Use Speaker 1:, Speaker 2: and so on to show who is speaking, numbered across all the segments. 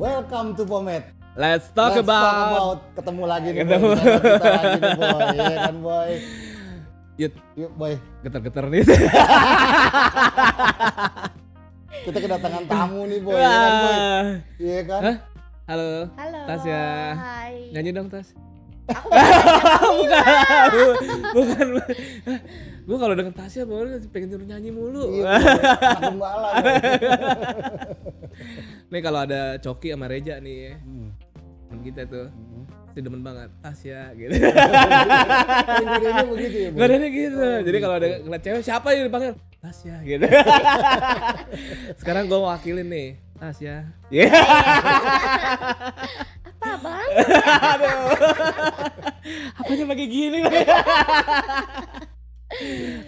Speaker 1: Welcome to Pomet.
Speaker 2: Let's talk
Speaker 1: Let's
Speaker 2: about,
Speaker 1: talk about ketemu lagi nih,
Speaker 2: Ketemu.
Speaker 1: Boy. Kita lagi nih, boy. Iya kan, boy.
Speaker 2: Yut,
Speaker 1: Yuk, boy.
Speaker 2: getar-getar nih.
Speaker 1: Kita kedatangan tamu nih, boy. Iya kan, boy.
Speaker 2: Wah.
Speaker 1: Iya kan.
Speaker 2: Hah? Halo.
Speaker 3: Halo.
Speaker 2: Tasya.
Speaker 3: Hai.
Speaker 2: Nyanyi dong, Tas.
Speaker 3: Aku mau
Speaker 2: bukan. bukan. Gue kalau denger Tasya baru pengen nyuruh nyanyi mulu.
Speaker 1: Iya, boy. Anak gembala, boy.
Speaker 2: Nih kalau ada Coki sama Reja nih ya.
Speaker 1: Hmm.
Speaker 2: temen kita tuh.
Speaker 1: Hmm.
Speaker 2: Pasti demen banget Tasya gitu.
Speaker 1: Ini begitu ya, boy.
Speaker 2: Badannya gitu. Jadi kalau ada ngeliat cewek siapa yang dipanggil? Tasya gitu. Sekarang gue wakilin nih. Tasya. Iya.
Speaker 3: apa bang?
Speaker 2: Apanya pakai gini?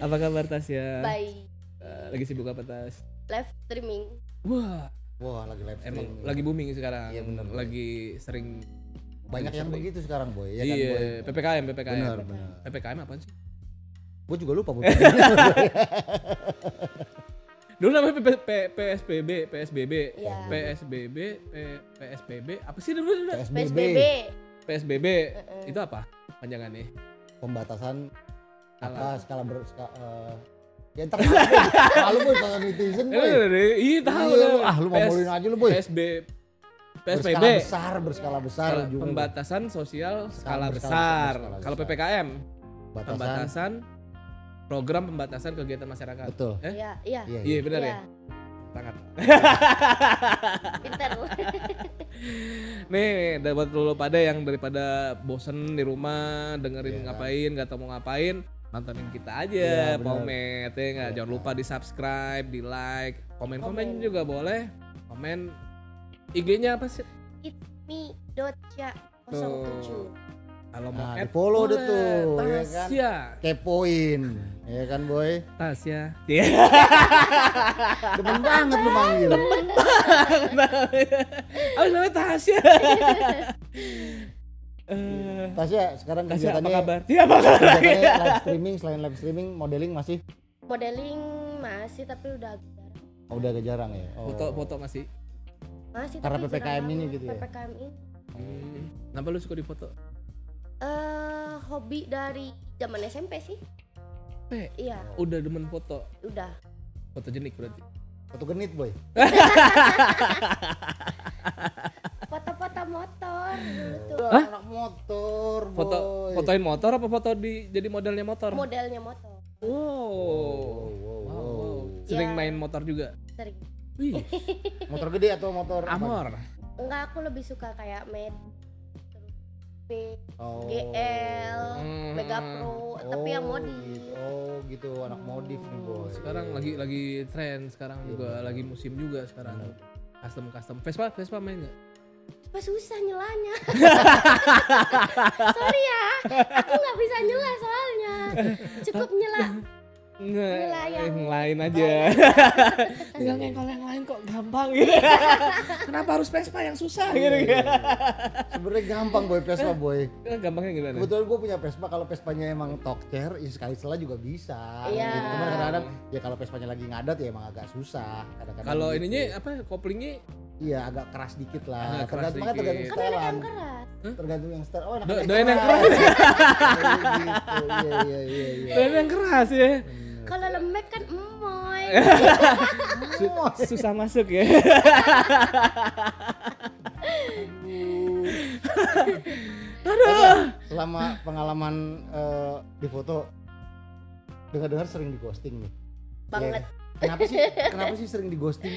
Speaker 2: apa kabar Tasya?
Speaker 3: Baik.
Speaker 2: Eh, lagi sibuk apa Tas?
Speaker 3: Live streaming.
Speaker 2: Wah,
Speaker 1: Wah, lagi live
Speaker 2: emang
Speaker 1: streaming.
Speaker 2: lagi booming sekarang.
Speaker 1: Iya, bener.
Speaker 2: Lagi sering
Speaker 1: banyak yang begitu sekarang, boy. Iya kan,
Speaker 2: iya,
Speaker 1: boy.
Speaker 2: PPKM, PPKM.
Speaker 1: Benar, benar.
Speaker 2: PPKM apa sih?
Speaker 1: Gue juga lupa, boy.
Speaker 2: Dulu namanya PP, P- PSBB, PSBB,
Speaker 3: Iya.
Speaker 2: PSBB, P- PSBB, apa sih dulu? dulu?
Speaker 3: PSBB.
Speaker 1: PSBB.
Speaker 2: PSBB
Speaker 3: Mm-mm.
Speaker 2: itu apa? Panjangannya?
Speaker 1: Pembatasan
Speaker 2: Skala.
Speaker 1: apa skala ber ska, eh, ya ntar malu boy kalau netizen boy
Speaker 2: Eh, Iya, tahu.
Speaker 1: Iya,
Speaker 2: tahu.
Speaker 1: ah lu
Speaker 2: PS
Speaker 1: ngomongin aja lu boy
Speaker 2: PSB, PSBB,
Speaker 1: berskala besar berskala besar
Speaker 2: skala-
Speaker 1: juga, boy.
Speaker 2: pembatasan sosial
Speaker 1: berskala
Speaker 2: skala besar.
Speaker 1: besar, skala
Speaker 2: Kalau
Speaker 1: besar.
Speaker 2: PPKM,
Speaker 1: batasan
Speaker 2: pembatasan program pembatasan kegiatan masyarakat.
Speaker 1: betul
Speaker 2: Eh?
Speaker 3: Iya, iya.
Speaker 1: iya
Speaker 2: Iya benar
Speaker 3: iya.
Speaker 2: ya. Sangat.
Speaker 3: Pintar.
Speaker 2: Nih, dah buat lo pada yang daripada bosen di rumah
Speaker 1: Iya.
Speaker 2: dengerin ngapain, nggak tahu mau ngapain, nontonin kita
Speaker 1: Iya,
Speaker 2: aja,
Speaker 1: benar.
Speaker 2: pomet ya nggak.
Speaker 1: Iya,
Speaker 2: Jangan lupa di subscribe, di like, komen komen
Speaker 3: Komen.
Speaker 2: juga boleh. Komen IG-nya apa sih?
Speaker 3: Mi Docia
Speaker 2: Tuh.
Speaker 3: 07.
Speaker 2: Kalau mau
Speaker 1: Nah,
Speaker 2: add,
Speaker 1: follow deh
Speaker 2: boleh.
Speaker 1: tuh, iya kan?
Speaker 2: Tasya,
Speaker 1: kepoin ya kan boy
Speaker 2: Tasya. Iya.
Speaker 1: demen banget lu manggil
Speaker 2: Apa namanya Tasya? Eh,
Speaker 1: Tasya ya, sekarang
Speaker 2: Tasya apa
Speaker 1: kegiatannya
Speaker 2: kabar? Iya apa kabar?
Speaker 1: kegiatannya live streaming selain live streaming modeling masih
Speaker 3: Modeling masih tapi udah agak jarang.
Speaker 1: oh, udah agak jarang ya oh.
Speaker 2: Foto-foto masih.
Speaker 3: Masih
Speaker 1: Karena
Speaker 3: tapi
Speaker 1: PPKM
Speaker 3: jarang
Speaker 1: ini
Speaker 3: banget.
Speaker 1: gitu ya?
Speaker 3: PPKM ini.
Speaker 2: Hmm. Kenapa lu suka difoto?
Speaker 3: Eh, hobi dari zaman SMP sih.
Speaker 2: Pe,
Speaker 3: Iya,
Speaker 2: udah demen foto,
Speaker 3: udah.
Speaker 2: foto jenik berarti.
Speaker 1: satu genit boy
Speaker 3: Foto-foto motor gitu. dulu tuh.
Speaker 2: Hah?
Speaker 1: anak motor boy
Speaker 2: Foto, fotoin motor apa foto di jadi modelnya motor?
Speaker 3: Modelnya motor
Speaker 2: Wow.
Speaker 1: Wow, wow,
Speaker 2: Wow, Iya.
Speaker 1: wow.
Speaker 2: wow. Sering
Speaker 3: Ya.
Speaker 2: main motor juga.
Speaker 3: sering.
Speaker 2: Wih,
Speaker 1: motor gede atau motor apa?
Speaker 2: amor.
Speaker 3: Enggak, aku lebih suka kayak med terus B,
Speaker 1: oh.
Speaker 3: GL,
Speaker 2: Hmm.
Speaker 3: Mega Pro, tapi yang
Speaker 1: Oh,
Speaker 3: modi.
Speaker 1: gitu. oh gitu anak modif nih boy
Speaker 2: Sekarang lagi lagi tren sekarang juga lagi musim juga sekarang. Custom custom. Vespa Vespa main nggak?
Speaker 3: Apa susah nyelanya? Sorry ya, aku nggak bisa nyela soalnya. Cukup nyela.
Speaker 2: Nggak.
Speaker 3: Inilah yang-
Speaker 2: Yang lain aja. Tinggal ngengkol yang lain kok gampang gitu. Kenapa harus Vespa yang susah gitu?
Speaker 1: sebenarnya gampang boy
Speaker 3: Eh.
Speaker 1: Vespa boy
Speaker 2: Iya, Gampangnya gimana?
Speaker 1: Kebetulan gue punya Vespa, kalau Vespanya emang tokcer, ya sekali selah juga bisa.
Speaker 3: Iya.
Speaker 1: Gitu. Cuman kadang-kadang ya kalau Vespanya lagi ngadat ya emang agak susah. Kadang-kadang.
Speaker 2: Kalau
Speaker 1: gitu.
Speaker 2: ininya apa koplingnya
Speaker 1: Iya agak keras dikit lah.
Speaker 2: Agak keras
Speaker 1: tergantung makanya tergantung
Speaker 2: dikit.
Speaker 3: Kamu enak
Speaker 1: setelan.
Speaker 3: yang keras.
Speaker 1: Tergantung yang setel. Oh enak.
Speaker 2: Do- doyan yang keras.
Speaker 1: Gitu, Iya iya iya iya.
Speaker 2: Doyan yang keras ya.
Speaker 3: Kalau lembek kan emoy.
Speaker 2: Su- susah masuk ya.
Speaker 1: Aduh. Selama pengalaman eh, di foto dengar-dengar sering di ghosting nih.
Speaker 3: Banget.
Speaker 1: Iya. Kenapa sih? Kenapa sih sering di ghosting?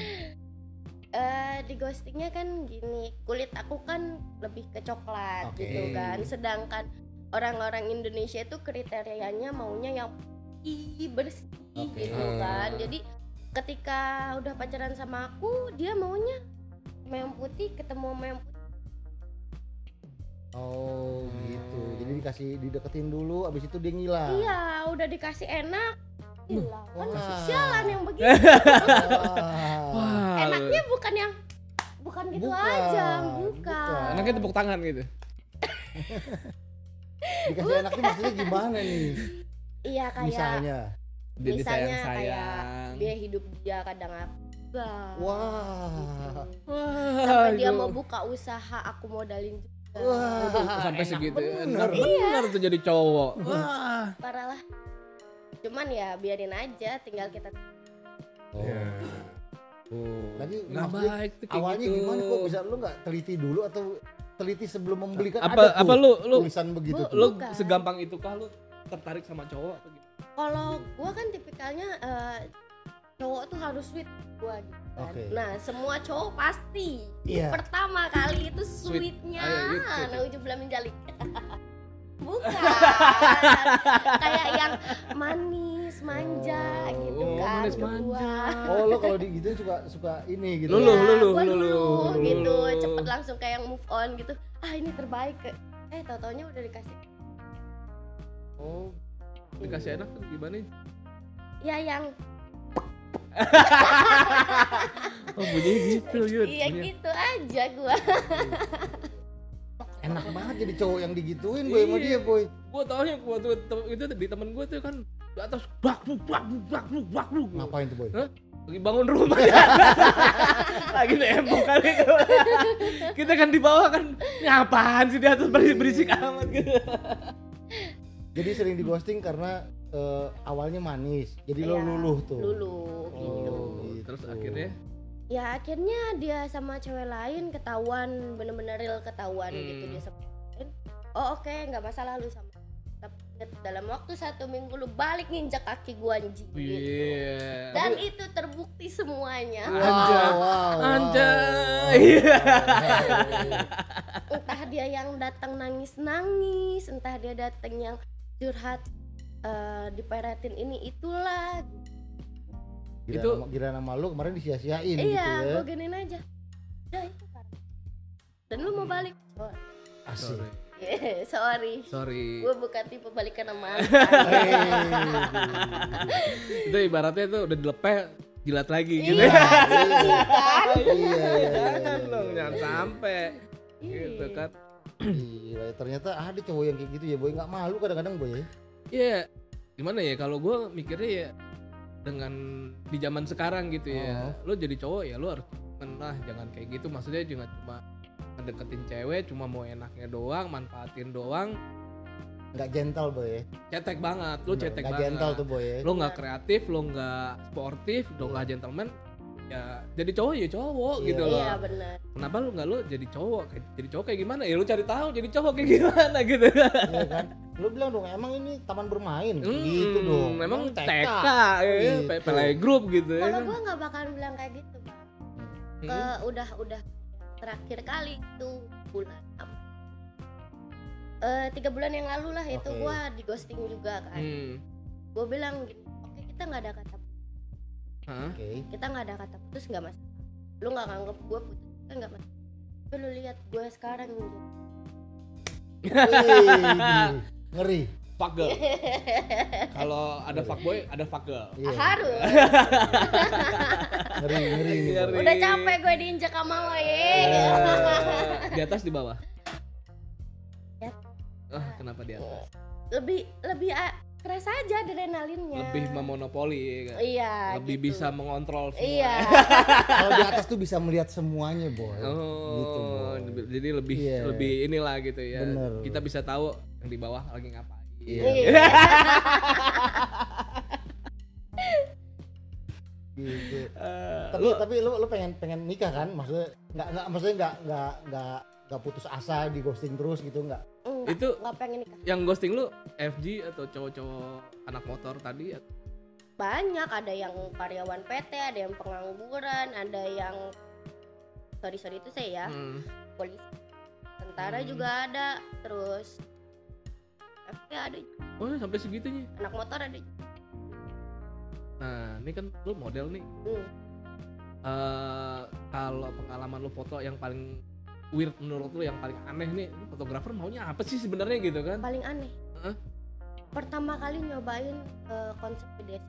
Speaker 3: Eh di ghostingnya kan gini, kulit aku kan lebih ke coklat
Speaker 1: Oke.
Speaker 3: gitu kan. Sedangkan orang-orang Indonesia itu kriterianya maunya yang putih, bersih
Speaker 1: Oke.
Speaker 3: gitu kan.
Speaker 2: Ah.
Speaker 3: Jadi ketika udah pacaran sama aku, dia maunya sama yang putih ketemu sama yang putih.
Speaker 1: Oh gitu. Jadi dikasih dideketin dulu, abis itu dia ngilang.
Speaker 3: Iya, udah dikasih enak. Gila, kan
Speaker 1: Wah.
Speaker 3: sialan yang begitu.
Speaker 1: Wah.
Speaker 2: Wah.
Speaker 3: Enaknya bukan yang bukan gitu
Speaker 1: Bukan,
Speaker 3: aja,
Speaker 1: bukan.
Speaker 3: bukan.
Speaker 2: Anaknya tepuk tangan gitu.
Speaker 1: Dikasih enaknya maksudnya gimana nih?
Speaker 3: Iya kayak
Speaker 1: Misalnya.
Speaker 2: Jadi
Speaker 3: Misalnya
Speaker 2: sayang sayang.
Speaker 3: kayak biaya hidup dia kadang apa juga.
Speaker 1: Wah.
Speaker 3: Gitu.
Speaker 2: Wah,
Speaker 3: Sampai dia
Speaker 2: itu.
Speaker 3: mau buka usaha, aku modalin juga.
Speaker 1: Wah,
Speaker 2: sampai
Speaker 1: enak
Speaker 2: segitu
Speaker 1: bener.
Speaker 2: bener.
Speaker 3: Iya.
Speaker 2: bener tuh jadi cowok Wah.
Speaker 3: Parah lah. Cuman ya biarin aja, tinggal kita
Speaker 1: Oh.
Speaker 2: Ya.
Speaker 1: Tapi
Speaker 2: nggak
Speaker 1: maksudnya
Speaker 2: baik tuh kayak
Speaker 1: Oh, awalnya
Speaker 2: gitu.
Speaker 1: gimana kok bisa lu nggak teliti dulu atau teliti sebelum membelikan
Speaker 2: apa
Speaker 1: ada tuh
Speaker 2: apa lu lu
Speaker 1: tulisan begitu
Speaker 2: lu,
Speaker 1: tuh.
Speaker 2: lu
Speaker 3: Bukan.
Speaker 2: segampang itu kah lu tertarik sama cowok atau gimana?
Speaker 3: kalau gua kan tipikalnya eh, cowok tuh harus sweet gua gitu kan.
Speaker 1: Oke.
Speaker 3: Nah, semua cowok pasti
Speaker 1: Iya.
Speaker 3: pertama kali itu
Speaker 2: Ya. Sweet.
Speaker 3: sweetnya.
Speaker 2: Ayo, yuk, sweet.
Speaker 3: Naujubillah min dzalik. Bukan. Kayak yang manis, manja
Speaker 1: Oh,
Speaker 3: gitu
Speaker 2: oh,
Speaker 3: kan.
Speaker 2: manis
Speaker 3: ke
Speaker 2: manja.
Speaker 3: gua.
Speaker 1: Oh, lo kalau di gitu suka suka ini gitu.
Speaker 2: Lu,
Speaker 3: Iya,
Speaker 2: lu, lu, lu,
Speaker 3: gua
Speaker 2: lu, lu, lu,
Speaker 3: gitu,
Speaker 2: lu.
Speaker 3: cepet langsung kayak move on gitu. Ah, ini terbaik. Eh, tau-taunya udah dikasih
Speaker 1: Oh.
Speaker 2: dikasih enak tuh gimana ya?
Speaker 3: ya yang
Speaker 2: oh bunyinya gitu yud
Speaker 3: iya
Speaker 2: Bunyinya.
Speaker 3: gitu aja gua.
Speaker 1: Enak banget jadi cowok yang digituin boy sama
Speaker 2: Iya.
Speaker 1: dia boy.
Speaker 2: gua taunya gua tuh tem- itu di temen gua tuh kan di atas bak buk bak buk bak buk bak buk
Speaker 1: Ngapain tuh boy?
Speaker 2: lagi bangun rumah lagi nembok kali itu kita kan di bawah kan ini apaan sih di atas berisik, berisik amat gitu
Speaker 1: Jadi sering di ghosting karena eh, awalnya manis. Jadi lo
Speaker 3: Iya,
Speaker 1: luluh tuh.
Speaker 3: Luluh gitu.
Speaker 1: Oh, gitu.
Speaker 2: terus akhirnya
Speaker 3: Ya akhirnya dia sama cewek lain ketahuan bener-bener real ketahuan
Speaker 2: Hmm.
Speaker 3: gitu dia sama cewek lain. Oh oke nggak masalah lu sama. Tapi dalam waktu satu minggu lu balik nginjak kaki gua anjing gitu.
Speaker 2: Iya.
Speaker 3: Dan itu terbukti semuanya.
Speaker 2: Ah. Anjay.
Speaker 1: Wow, wow, wow.
Speaker 2: Anjay.
Speaker 3: Entah dia yang datang nangis-nangis, entah dia datang yang curhat eh, diperetin ini itulah.
Speaker 1: Gila
Speaker 2: Itu-
Speaker 1: nama, gila nama lu kemarin disia-siain gitu
Speaker 3: iya,
Speaker 1: ya.
Speaker 3: gua giniin aja. Udah itu kan. Dan lu mau balik? Oh,
Speaker 1: Asik.
Speaker 2: Sorry.
Speaker 3: sorry.
Speaker 2: Sorry.
Speaker 3: gue bukan tipe balikan sama
Speaker 1: Hey.
Speaker 3: mantan.
Speaker 2: Itu ibaratnya tuh udah dilepeh jilat lagi gitu.
Speaker 3: iya jijik kan
Speaker 1: Iya, iya, iya,
Speaker 2: Jangan
Speaker 1: iya,
Speaker 2: dong,
Speaker 1: iya,
Speaker 2: jangan
Speaker 1: iya.
Speaker 2: sampai
Speaker 3: Iya.
Speaker 2: gitu kan.
Speaker 1: Gila, ternyata ada cowok yang kayak gitu ya boy nggak malu kadang-kadang boy ya.
Speaker 2: Iya. Gimana ya kalau gue mikirnya ya dengan di zaman sekarang gitu ya. Lo jadi cowok ya lo harus nah jangan kayak gitu maksudnya jangan cuma ngedeketin cewek cuma mau enaknya doang, manfaatin doang,
Speaker 1: nggak gentle boy ya.
Speaker 2: cetek banget. Lo
Speaker 1: Bener,
Speaker 2: cetek
Speaker 1: nggak
Speaker 2: banget.
Speaker 1: gentle tuh boy ya.
Speaker 2: lo nggak kreatif, lo nggak sportif, lo nggak gentleman, ya jadi cowok ya cowok
Speaker 1: Iya.
Speaker 2: gitu loh.
Speaker 3: iya benar
Speaker 2: Kenapa lo nggak lo jadi cowok? Kayak- Jadi cowok kayak gimana? Ya lo cari tahu jadi cowok kayak gimana gitu.
Speaker 1: Iya kan? Lu bilang dong emang ini taman bermain gitu
Speaker 2: Hmm,
Speaker 1: dong.
Speaker 2: Memang TK, ya,
Speaker 1: Gitu.
Speaker 2: pe- playgroup gitu ya. kan.
Speaker 3: kalau gue nggak bakalan bilang kayak gitu Bang. ke
Speaker 2: Hmm.
Speaker 3: udah udah terakhir kali itu bulan apa Eh, tiga bulan yang lalu lah itu
Speaker 1: Oke.
Speaker 3: gue di ghosting juga kan
Speaker 2: Hmm.
Speaker 3: gue bilang gini oke kita nggak ada kata putus.
Speaker 2: Hah?
Speaker 1: Oke.
Speaker 3: kita nggak ada kata putus nggak masalah lu nggak nganggep gue putus kan nggak masalah tapi lu lihat gue sekarang gitu.
Speaker 1: Wih, ngeri.
Speaker 2: Fuck girl. Kalau ada fuckboy, ada fuck girl.
Speaker 1: Iya.
Speaker 3: harus
Speaker 1: Ngeri, ngeri ini.
Speaker 2: Iya, Ngeri.
Speaker 1: Boy.
Speaker 3: udah capek gue diinjak sama lo
Speaker 2: Iya.
Speaker 3: ya
Speaker 2: Eh, di atas di bawah.
Speaker 3: Ya.
Speaker 2: Ah, kenapa di atas?
Speaker 3: lebih lebih ah, keras aja adrenalinnya
Speaker 2: Lebih memonopoli ya kan?
Speaker 3: iya
Speaker 2: Lebih
Speaker 3: gitu.
Speaker 2: bisa mengontrol semua.
Speaker 3: iya
Speaker 1: Kalau di atas tuh bisa melihat semuanya boy. Gitu,
Speaker 2: Oh,
Speaker 1: Boy.
Speaker 2: leb- jadi lebih
Speaker 1: Iya.
Speaker 2: lebih inilah gitu ya.
Speaker 1: Bener.
Speaker 2: Kita bisa tahu yang di bawah lagi ngapain.
Speaker 1: Iya.
Speaker 3: Iya.
Speaker 1: Gitu.
Speaker 2: Eh,
Speaker 1: tapi
Speaker 2: lu
Speaker 1: tapi lu lu pengen pengen nikah kan maksudnya nggak nggak maksudnya nggak nggak nggak nggak putus asa di ghosting terus gitu nggak
Speaker 3: Enggak,
Speaker 2: itu
Speaker 3: nggak pengen nikah
Speaker 2: yang ghosting lu FG atau cowok-cowok anak motor tadi
Speaker 3: Iya.
Speaker 2: atau
Speaker 3: banyak ada yang karyawan PT ada yang pengangguran ada yang sorry sorry itu saya ya
Speaker 2: Hmm,
Speaker 3: polisi tentara
Speaker 2: Hmm.
Speaker 3: juga ada terus FT ada juga,
Speaker 2: oh sampai segitunya.
Speaker 3: anak motor ada juga.
Speaker 2: Nah, ini kan lu model nih.
Speaker 3: Hmm.
Speaker 2: Eh, kalau pengalaman lu foto yang paling weird menurut lu yang paling aneh nih, ini fotografer maunya apa sih sebenarnya gitu kan?
Speaker 3: paling aneh
Speaker 2: Heeh.
Speaker 3: pertama kali nyobain eh, konsep BDSM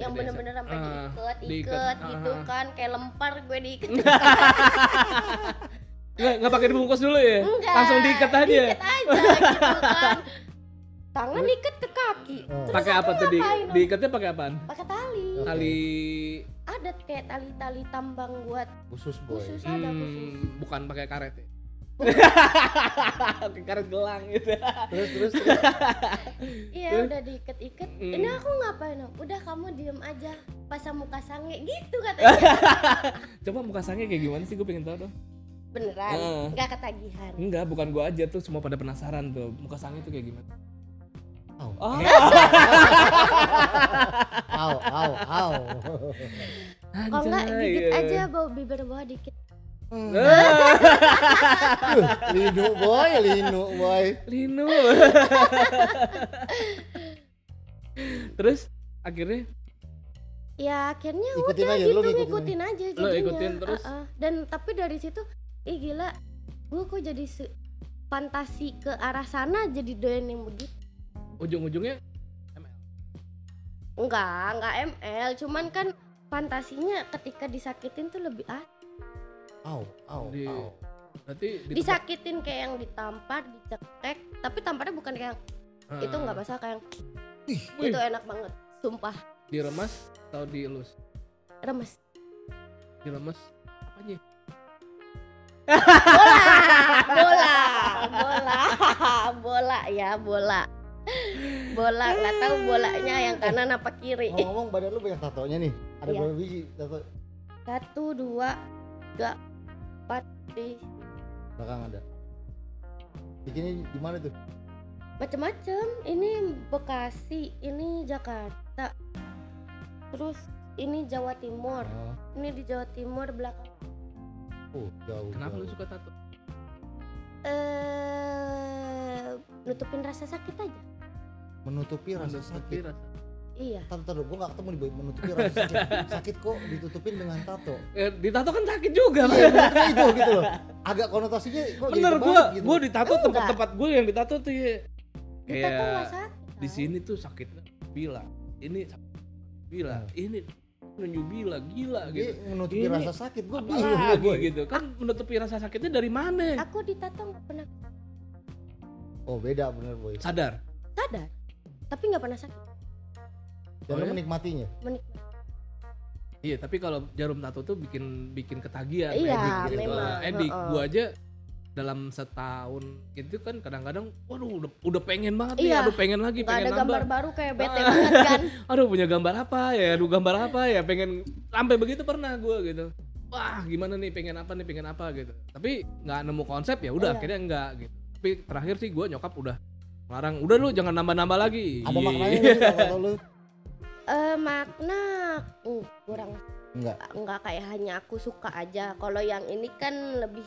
Speaker 3: yang
Speaker 2: BDSM.
Speaker 3: bener-bener sampai
Speaker 2: Ah,
Speaker 3: diikat
Speaker 2: diikat.
Speaker 3: ikat gitu
Speaker 2: Ah.
Speaker 3: kan kayak lempar gue diikat
Speaker 2: Nggak, nggak pakai dibungkus dulu ya?
Speaker 3: enggak
Speaker 2: Langsung diikat aja.
Speaker 3: diikat aja gitu kan tangan ikat ke kaki
Speaker 1: Oh.
Speaker 3: Terus
Speaker 2: Oh. Pakai apa
Speaker 3: aku
Speaker 2: tuh di
Speaker 3: ngapain dong?
Speaker 2: diikatnya pakai apaan?
Speaker 3: pakai tali tali
Speaker 1: Oke.
Speaker 2: tali
Speaker 3: ada kayak tali-tali tambang buat
Speaker 1: khusus boy
Speaker 3: khusus ada
Speaker 2: hmm,
Speaker 3: khusus
Speaker 2: bukan pakai karet ya pakai karet gelang gitu
Speaker 1: terus terus, terus.
Speaker 3: iya udah diikat-ikat
Speaker 2: Hmm.
Speaker 3: ini aku ngapain Om? udah kamu diem aja pasang muka sange gitu katanya
Speaker 2: coba muka sange kayak gimana sih gue pengen tahu dong Eh,
Speaker 3: beneran
Speaker 2: Heeh.
Speaker 3: nggak ketagihan
Speaker 2: enggak bukan gue aja tuh semua pada penasaran tuh muka sange itu kayak gimana
Speaker 1: Au.
Speaker 2: oh
Speaker 1: au au au
Speaker 3: kalau nggak gigit
Speaker 2: iya.
Speaker 3: aja bau bibir bawah dikit
Speaker 1: Hmm.
Speaker 2: Ah,
Speaker 1: linu boy linu boy
Speaker 2: Lino. Terus akhirnya
Speaker 3: ya akhirnya
Speaker 1: ikutin
Speaker 3: udah
Speaker 1: aja
Speaker 3: gitu
Speaker 1: lu ngikutin
Speaker 3: ngikutin aja
Speaker 2: Lo
Speaker 3: jadinya
Speaker 2: ikutin terus?
Speaker 3: Heeh. dan tapi dari situ ih gila gue kok jadi se- fantasi ke arah sana jadi doyan yang begitu
Speaker 2: ujung-ujungnya
Speaker 3: enggak enggak ml cuman kan fantasinya ketika disakitin tuh lebih ah
Speaker 1: au au
Speaker 2: Di-
Speaker 1: au
Speaker 2: berarti di tempat-
Speaker 3: disakitin kayak yang ditampar dicekek tapi tamparnya bukan kayak yang
Speaker 2: Ah,
Speaker 3: itu nggak masalah kayak yang
Speaker 1: Ih,
Speaker 2: wih.
Speaker 3: itu enak banget sumpah
Speaker 2: diremas atau dielus?
Speaker 3: remes
Speaker 2: Diremas apanya?
Speaker 3: bola bola bola ya bola bola nggak tahu bolanya yang kanan apa
Speaker 2: Oh.
Speaker 3: kiri
Speaker 1: ngomong-ngomong badan lu banyak tatonya nih ada
Speaker 3: Iya.
Speaker 1: berapa biji tato
Speaker 3: satu dua tiga empat di
Speaker 1: belakang ada bikinnya di mana tuh
Speaker 3: macam-macam ini Bekasi ini Jakarta terus ini Jawa Timur
Speaker 1: oh,
Speaker 3: ini di Jawa Timur belakang
Speaker 1: uh, jauh
Speaker 2: Kenapa lu
Speaker 1: jauh.
Speaker 2: suka tato?
Speaker 3: eh nutupin rasa sakit aja
Speaker 1: menutupi rasa sakit
Speaker 2: Menutupi Iya, rasa.
Speaker 3: iya
Speaker 1: tato tato gue gak ketemu di bawah menutupi rasa sakit sakit kok ditutupin dengan tato
Speaker 2: Eh, ditato kan sakit juga. Bang.
Speaker 1: iya bener itu gitu loh agak konotasinya kok jadi
Speaker 2: Bener
Speaker 1: kebalik
Speaker 2: gua
Speaker 1: gitu.
Speaker 2: gua ditato tempat-tempat gua yang ditato tuh ya.
Speaker 3: kita tuh nggak
Speaker 2: Kayak
Speaker 3: sakit
Speaker 2: Iya.
Speaker 3: kan?
Speaker 2: di
Speaker 3: tau.
Speaker 2: sini tuh sakitnya bila. Ini sakit bila. Ini nunjuk bila gila
Speaker 1: Dia
Speaker 2: gitu.
Speaker 1: menutupi
Speaker 2: Ini
Speaker 1: rasa sakit gue bingung ya,
Speaker 2: Apalagi
Speaker 1: boy.
Speaker 2: gitu kan menutupi rasa sakitnya dari mana?
Speaker 3: aku ditato nggak pernah
Speaker 1: oh beda bener boy
Speaker 2: Sadar.
Speaker 3: sadar tapi nggak pernah sakit
Speaker 1: dan
Speaker 2: Oh,
Speaker 1: lu
Speaker 2: ya?
Speaker 1: menikmatinya
Speaker 3: menikmati
Speaker 2: Iya, tapi kalau jarum tato tuh bikin bikin ketagihan.
Speaker 3: Iya,
Speaker 2: edik gitu.
Speaker 1: memang.
Speaker 2: Edik,
Speaker 3: Heeh.
Speaker 2: gua aja dalam setahun gitu kan kadang-kadang waduh udah, udah pengen banget nih,
Speaker 3: Iya.
Speaker 2: aduh pengen lagi,
Speaker 3: nggak ada
Speaker 2: pengen
Speaker 3: gambar
Speaker 2: nambah.
Speaker 3: baru kayak bete
Speaker 2: Ah.
Speaker 3: banget kan
Speaker 2: Aduh punya gambar apa ya, aduh gambar apa ya, pengen sampai begitu pernah gua gitu. Wah, gimana nih pengen apa nih, pengen apa gitu. Tapi nggak nemu konsep ya, udah
Speaker 3: Iya.
Speaker 2: akhirnya enggak gitu. Tapi terakhir sih gua nyokap udah melarang, udah lu jangan nambah-nambah lagi.
Speaker 1: ada
Speaker 2: Iya.
Speaker 1: maknanya nggak sih tato lu
Speaker 3: Eh, makna mm, kurang
Speaker 1: Enggak.
Speaker 3: enggak kayak hanya aku suka aja kalau yang ini kan lebih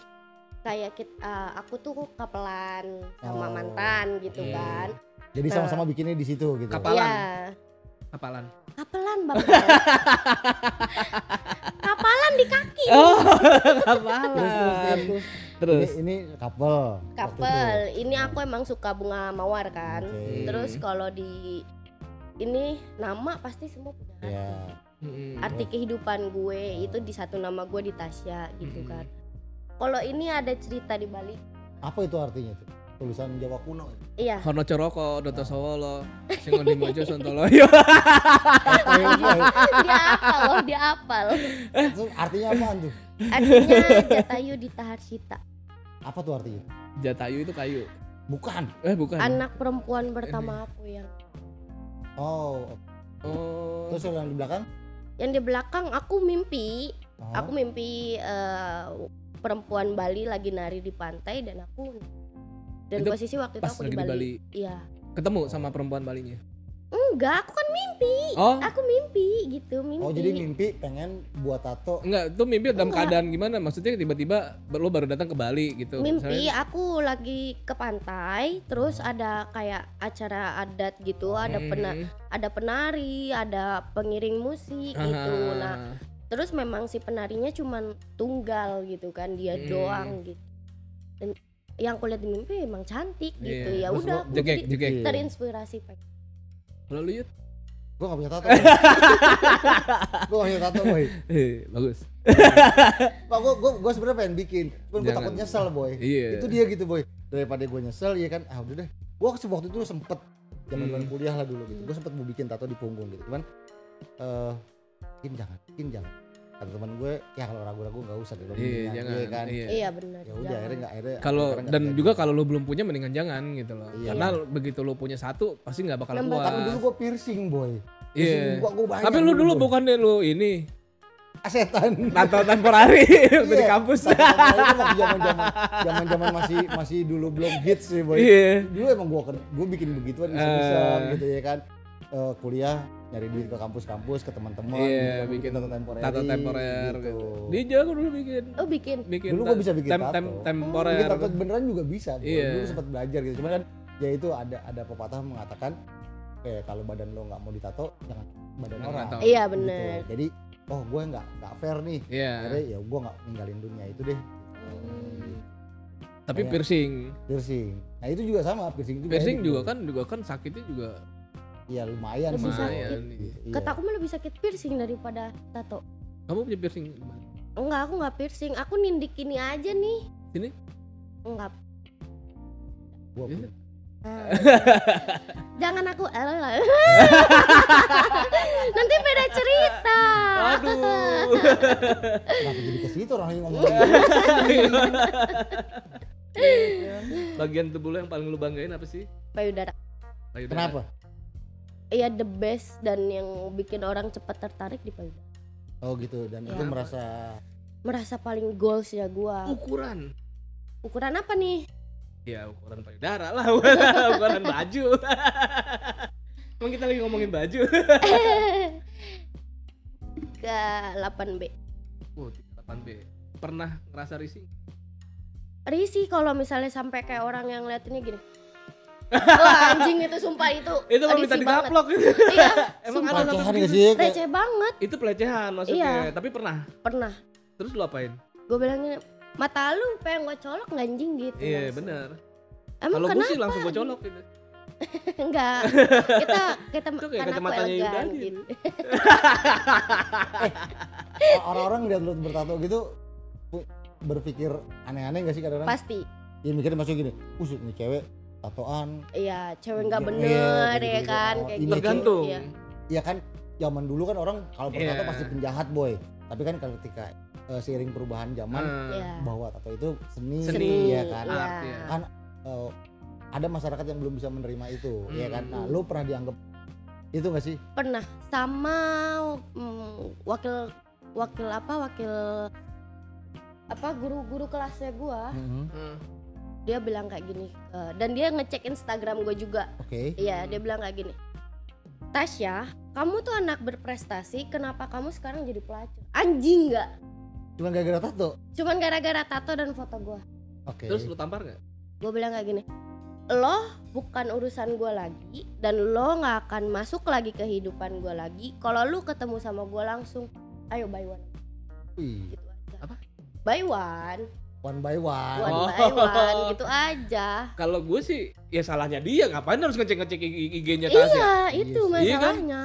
Speaker 3: kayak kita, aku tuh kapelan
Speaker 1: Oh,
Speaker 3: sama mantan gitu
Speaker 2: oke.
Speaker 3: kan
Speaker 1: jadi
Speaker 3: Nah.
Speaker 1: sama-sama bikinnya di situ gitu
Speaker 2: Kapal. Kapalan.
Speaker 3: Iya
Speaker 2: Apalan?
Speaker 3: kapelan bang kapalan di kaki
Speaker 2: Oh,
Speaker 1: terus terus terus, terus.
Speaker 2: Terus
Speaker 1: ini, ini couple waktu
Speaker 3: kapel
Speaker 1: itu.
Speaker 3: ini aku emang suka bunga mawar kan
Speaker 1: Oke.
Speaker 3: terus kalau di ini nama pasti semua punya arti.
Speaker 1: ya
Speaker 2: Mm-mm.
Speaker 3: arti kehidupan gue itu di satu nama gue di Tasya gitu
Speaker 2: Mm-mm.
Speaker 3: kan kalau ini ada cerita di balik
Speaker 1: apa itu artinya tuh tulisan Jawa kuno
Speaker 3: iya
Speaker 2: Hono Coroko, Doto Sowolo, Singon Dimojo, Sontoloyo.
Speaker 1: Apa itu, boy?
Speaker 3: dia apal Iya. loh dia apal
Speaker 1: Terus artinya apaan tuh
Speaker 3: artinya Jatayu ditahan Sita
Speaker 1: apa tuh artinya
Speaker 2: Jatayu itu kayu.
Speaker 1: bukan
Speaker 2: Eh bukan.
Speaker 3: anak perempuan pertama aku ya. yang
Speaker 1: oh
Speaker 2: Oh.
Speaker 1: terus yang di belakang
Speaker 3: yang di belakang aku mimpi
Speaker 1: Oh.
Speaker 3: aku mimpi eh, perempuan Bali lagi nari di pantai dan aku dan
Speaker 2: Itu
Speaker 3: posisi waktu itu
Speaker 2: pas
Speaker 3: aku
Speaker 2: lagi
Speaker 3: di
Speaker 2: di
Speaker 3: Bali.
Speaker 2: Bali.
Speaker 3: Iya.
Speaker 2: Ketemu sama perempuan Balinya.
Speaker 3: Enggak, aku kan mimpi.
Speaker 2: Oh,
Speaker 3: Aku mimpi gitu, mimpi.
Speaker 1: oh jadi mimpi pengen buat tato
Speaker 2: enggak, itu mimpi dalam
Speaker 3: Enggak.
Speaker 2: keadaan gimana? Maksudnya tiba-tiba lo baru datang ke Bali gitu.
Speaker 3: Mimpi
Speaker 2: Misalnya-
Speaker 3: ya, aku lagi ke pantai, terus ada kayak acara adat gitu, ada
Speaker 2: Mm-mm.
Speaker 3: pena ada penari, ada pengiring musik
Speaker 2: Mm-hmm. Aha.
Speaker 3: gitu. Nah, terus memang si penarinya cuman tunggal gitu kan dia
Speaker 2: Hmm.
Speaker 3: doang gitu dan yang aku lihat di mimpi emang cantik gitu
Speaker 2: Iya.
Speaker 3: ya
Speaker 1: Terus
Speaker 3: udah
Speaker 1: lo
Speaker 3: aku
Speaker 2: jegek,
Speaker 3: jadi
Speaker 2: jegek.
Speaker 3: terinspirasi pengen
Speaker 2: Kalau lu Yud?
Speaker 1: gue gak punya tato gue gak punya tato boy
Speaker 2: Eh, bagus.
Speaker 1: Pak, gue gue gue sebenarnya pengen bikin, cuman gue
Speaker 2: Jangan.
Speaker 1: takut nyesel boy.
Speaker 2: Iya.
Speaker 1: Itu dia gitu boy. Daripada gue nyesel, ya kan, ah udah deh. Gue waktu itu sempet zaman zaman
Speaker 2: Hmm.
Speaker 1: kuliah lah dulu gitu. Gue sempet mau bikin tato di punggung gitu, cuman eh mungkin jangan mungkin jangan kata teman gue ya kalau ragu-ragu nggak usah deh
Speaker 2: Iya,
Speaker 1: mendingan
Speaker 2: jangan.
Speaker 1: gue kan
Speaker 2: Iya.
Speaker 3: Iya benar.
Speaker 1: ya udah akhirnya nggak akhirnya
Speaker 2: Kalau
Speaker 1: akhirnya nggak
Speaker 2: dan
Speaker 1: jadi.
Speaker 2: juga kalau lu belum punya mendingan jangan gitu loh.
Speaker 1: Iya.
Speaker 2: Karena begitu lu punya satu pasti nggak bakal
Speaker 3: Nambah
Speaker 2: kuat.
Speaker 1: tapi dulu gue piercing boy Piercing
Speaker 2: Iya.
Speaker 1: gua- gua banyak
Speaker 2: Tapi lu dulu
Speaker 1: boy.
Speaker 2: bukan deh lu ini
Speaker 1: asetan
Speaker 2: Natal temporari waktu di
Speaker 1: Iya.
Speaker 2: kampus.
Speaker 1: Tapi kalau itu waktu zaman-zaman zaman-zaman masih masih dulu belum hits sih boy
Speaker 2: Iya. Eh.
Speaker 1: dulu emang gua ker- gua bikin begituan iseng-iseng gitu ya kan Eh, kuliah nyari duit ke kampus-kampus ke teman-teman gitu,
Speaker 2: Iya, bikin
Speaker 1: tato temporer
Speaker 2: Natal temporer
Speaker 1: gitu.
Speaker 2: gitu. Dia aku dulu bikin
Speaker 3: Oh bikin.
Speaker 2: bikin
Speaker 1: Dulu gua
Speaker 2: ta-
Speaker 1: bisa bikin
Speaker 2: tem-
Speaker 1: tato.
Speaker 2: tem-
Speaker 1: Oh, Bikin
Speaker 2: temporer.
Speaker 1: tato beneran juga bisa boy.
Speaker 2: Iya.
Speaker 1: dulu sempat belajar gitu cuman kan ya itu ada ada pepatah mengatakan eh kalau badan lo nggak mau ditato jangan badan
Speaker 2: Nggak
Speaker 1: orang
Speaker 2: tahu.
Speaker 3: Iya
Speaker 1: Gitu.
Speaker 3: benar.
Speaker 1: jadi oh gue nggak nggak fair nih
Speaker 2: Iya.
Speaker 1: akhirnya ya gue nggak ninggalin dunia itu deh
Speaker 2: Tapi
Speaker 1: Iya.
Speaker 2: piercing.
Speaker 1: piercing nah itu juga sama piercing juga
Speaker 2: Piercing
Speaker 1: edik,
Speaker 2: juga
Speaker 1: Boy.
Speaker 2: kan juga kan sakitnya juga
Speaker 1: ya lumayan
Speaker 3: Lebih
Speaker 1: sih, Boy.
Speaker 2: lumayan.
Speaker 1: Iya.
Speaker 3: Kata aku mah lebih sakit piercing daripada tato.
Speaker 2: Kamu punya piercing di mana?
Speaker 3: Enggak, aku nggak piercing. Aku nindik ini aja nih.
Speaker 2: Sini.
Speaker 3: Enggak.
Speaker 1: Gua
Speaker 2: Iya.
Speaker 1: punya.
Speaker 3: Jangan aku eh, Nanti beda cerita.
Speaker 1: Ah.
Speaker 2: Aduh.
Speaker 1: Kenapa jadi ke situ orang yang ngomong
Speaker 2: Iya. Iya. Bagian tubuh lo yang paling lu banggain apa sih?
Speaker 3: Payudara.
Speaker 2: Payudara.
Speaker 1: kenapa?
Speaker 3: Iya the best dan yang bikin orang cepat tertarik di payudara.
Speaker 1: Oh gitu dan
Speaker 2: Iya.
Speaker 3: Ya.
Speaker 1: itu merasa
Speaker 3: Merasa paling goals ya gua.
Speaker 2: Ukuran.
Speaker 3: Ukuran apa nih?
Speaker 2: Ya ukuran payudara lah, ukuran baju. Emang kita lagi ngomongin baju.
Speaker 3: Ke 8B.
Speaker 2: Oh, 8B. Pernah ngerasa risih?
Speaker 3: Risi kalau misalnya sampai kayak orang yang lihat ini gini. Wah, anjing itu sumpah itu.
Speaker 2: Itu mau minta
Speaker 3: risih banget.
Speaker 2: digaplok.
Speaker 3: Iya,
Speaker 2: Emang
Speaker 3: Sumpah.
Speaker 2: ada satu
Speaker 1: pelecehan nggak
Speaker 2: gitu?
Speaker 1: sih? Kayak,
Speaker 3: receh banget
Speaker 2: Itu pelecehan maksudnya,
Speaker 3: Iya.
Speaker 2: tapi pernah.
Speaker 3: pernah.
Speaker 2: Terus lu apain?
Speaker 3: Gue bilangnya mata lu pengen gue colok nggak, anjing gitu.
Speaker 2: Iya,
Speaker 3: langsung.
Speaker 2: bener.
Speaker 3: Emang
Speaker 2: Kalau gue
Speaker 3: kenapa? Iya,
Speaker 2: sih langsung gue colok gitu.
Speaker 3: Enggak. Kita kita
Speaker 2: Itu kayak
Speaker 3: karena aku
Speaker 2: kacamatanya Yuda
Speaker 3: elegan
Speaker 2: aja.
Speaker 3: gitu.
Speaker 1: Orang-orang lihat lu bertato gitu bu- berpikir aneh-aneh gak sih kadang-kadang?
Speaker 3: Pasti.
Speaker 1: Ya mikirnya masuk gini, usut nih cewek tatoan.
Speaker 3: Iya, cewek nggak
Speaker 1: Iya,
Speaker 3: bener
Speaker 1: kayak
Speaker 3: ya
Speaker 1: gitu-gitu.
Speaker 3: kan
Speaker 1: Oh,
Speaker 3: kayak
Speaker 1: ini
Speaker 3: gitu.
Speaker 2: Tergantung.
Speaker 3: Iya.
Speaker 1: Ya kan zaman dulu kan orang kalau bertato
Speaker 2: Iya.
Speaker 1: pasti penjahat boy. Tapi kan kalau ketika eh, seiring perubahan zaman
Speaker 2: Nah,
Speaker 3: Iya.
Speaker 1: bahwa tato itu Hmm. seni,
Speaker 2: Seni,
Speaker 1: ya kan.
Speaker 3: iya.
Speaker 2: art, ya.
Speaker 1: Kan, Eh, ada masyarakat yang belum bisa menerima itu, ya kan. Nah,
Speaker 3: Hmm.
Speaker 1: lu pernah dianggap itu gak sih?
Speaker 3: Pernah sama mm, wakil wakil apa wakil apa guru-guru kelasnya gua
Speaker 1: Mhm.
Speaker 2: Hmm.
Speaker 3: dia bilang kayak gini eh, dan dia ngecek Instagram gue juga
Speaker 1: Oke.
Speaker 3: Iya, dia bilang kayak gini. Tasya, kamu tuh anak berprestasi, kenapa kamu sekarang jadi pelacur? Anjing nggak?
Speaker 1: Cuman gara-gara tato.
Speaker 3: Cuman gara-gara tato dan foto gua.
Speaker 1: Oke.
Speaker 2: Terus lu tampar nggak?
Speaker 3: Gua bilang kayak gini. Lo bukan urusan gua lagi dan lo nggak akan masuk lagi kehidupan gua lagi kalau lu ketemu sama gua langsung. Ayo buy one
Speaker 1: Wih,
Speaker 3: gitu aja.
Speaker 2: Apa?
Speaker 3: Buy one,
Speaker 1: one by one.
Speaker 3: one
Speaker 2: Oh.
Speaker 3: by one gitu aja.
Speaker 2: Kalau gue sih ya salahnya dia ngapain harus ngecek-ngecek IG-nya Tasya?
Speaker 3: Iya, itu
Speaker 1: Iya
Speaker 2: sih. Iya kan?
Speaker 3: masalahnya.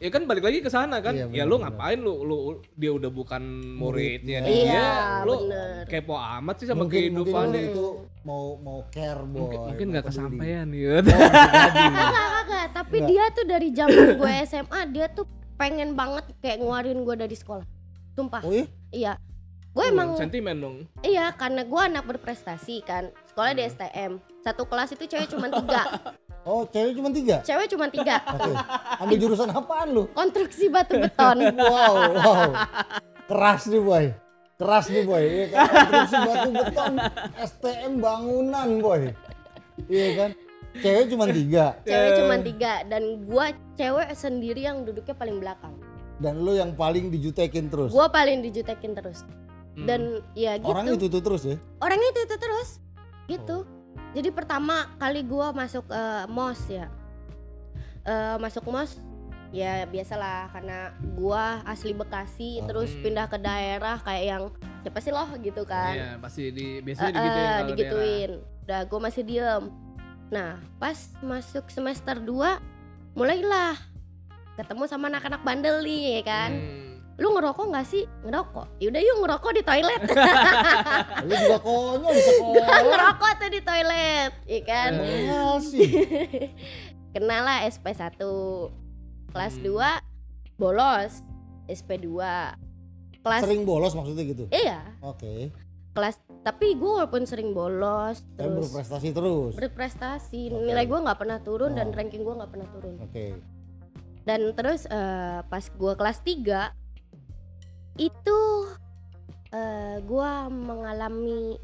Speaker 2: ya kan balik lagi ke sana kan
Speaker 1: Iya,
Speaker 2: ya lu
Speaker 1: benar-benar.
Speaker 2: ngapain lu lu dia udah bukan muridnya
Speaker 1: Muridnya.
Speaker 2: dia
Speaker 3: Iya,
Speaker 2: lu
Speaker 3: bener.
Speaker 2: kepo amat sih sama
Speaker 1: mungkin, mungkin
Speaker 2: kehidupan
Speaker 1: lu
Speaker 2: mungkin,
Speaker 1: itu mau mau care boy.
Speaker 2: mungkin, mungkin
Speaker 1: mau
Speaker 2: nggak
Speaker 1: peduli.
Speaker 2: kesampaian ya
Speaker 1: Oh,
Speaker 2: Ah,
Speaker 1: jadi.
Speaker 3: Kagak, kagak. Tapi
Speaker 2: iya.
Speaker 1: Nggak.
Speaker 3: dia tuh dari zaman gue SMA dia tuh pengen banget kayak nguarin gue dari sekolah. Sumpah.
Speaker 1: oh iya?
Speaker 3: Iya. Gue emang
Speaker 2: sentimen dong
Speaker 3: iya karena gue anak berprestasi kan. Sekolah
Speaker 2: Hmm.
Speaker 3: di STM. Satu kelas itu cewek cuma tiga.
Speaker 1: Oh, cewek cuma tiga?
Speaker 3: cewek cuma tiga.
Speaker 1: Oke. Ambil jurusan apaan lu?
Speaker 3: Konstruksi batu beton.
Speaker 1: Wow, wow. Keras nih boy. Keras nih boy. Iya kan? Konstruksi batu beton, STM bangunan boy. Iya kan? Cewek cuma tiga
Speaker 2: Eh.
Speaker 3: Cewek cuma tiga dan gue cewek sendiri yang duduknya paling belakang.
Speaker 1: dan lu yang paling dijutekin terus.
Speaker 3: Gue paling dijutekin terus.
Speaker 2: Hmm.
Speaker 3: Dan ya gitu.
Speaker 1: Orang itu tuh terus ya.
Speaker 3: orangnya itu itu terus gitu
Speaker 2: Oh.
Speaker 3: jadi pertama kali gua masuk eh, mos ya Eh, masuk mos ya biasalah karena gua asli Bekasi
Speaker 1: Oh.
Speaker 3: terus
Speaker 2: Hmm.
Speaker 3: pindah ke daerah kayak yang siapa sih loh gitu kan
Speaker 2: Iya, pasti di biasanya
Speaker 3: Eh,
Speaker 2: digituin
Speaker 3: eh,
Speaker 2: kalau daerah.
Speaker 3: digituin udah gua masih diem nah pas masuk semester 2 mulailah ketemu sama anak-anak bandel nih ya kan
Speaker 2: Hmm.
Speaker 3: lu ngerokok nggak sih ngerokok yaudah yuk ngerokok di toilet
Speaker 1: Lu juga konyol di sekolah.
Speaker 3: ngerokok tuh di toilet ya kan
Speaker 1: Hmm.
Speaker 2: Eh.
Speaker 1: Mahal sih.
Speaker 3: kenal lah SP1 kelas
Speaker 2: Hmm.
Speaker 3: 2 bolos SP2 kelas
Speaker 1: Sering bolos maksudnya gitu.
Speaker 3: iya
Speaker 1: Oke.
Speaker 3: kelas tapi gue walaupun sering bolos
Speaker 1: Tapi
Speaker 3: terus
Speaker 1: berprestasi terus.
Speaker 3: berprestasi
Speaker 1: Oke.
Speaker 3: nilai gue nggak pernah turun dan
Speaker 1: Oh.
Speaker 3: ranking gue nggak pernah turun
Speaker 1: Oke.
Speaker 3: dan terus eh, pas gue kelas 3 itu eh, gua gue mengalami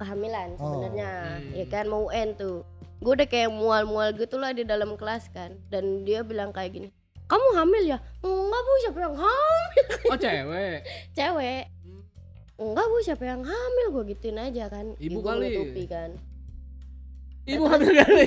Speaker 3: kehamilan
Speaker 1: Oh.
Speaker 3: sebenarnya
Speaker 2: Hmm.
Speaker 3: ya kan mau UN tuh gue udah kayak mual-mual gitu lah di dalam kelas kan dan dia bilang kayak gini kamu hamil ya enggak bu siapa yang hamil
Speaker 2: Oh cewek.
Speaker 3: cewek
Speaker 2: Hmm.
Speaker 3: enggak bu siapa yang hamil gue gituin aja kan
Speaker 2: Ibu
Speaker 3: gua
Speaker 2: kali.
Speaker 3: menutupi kan
Speaker 2: Ibu hamil kali.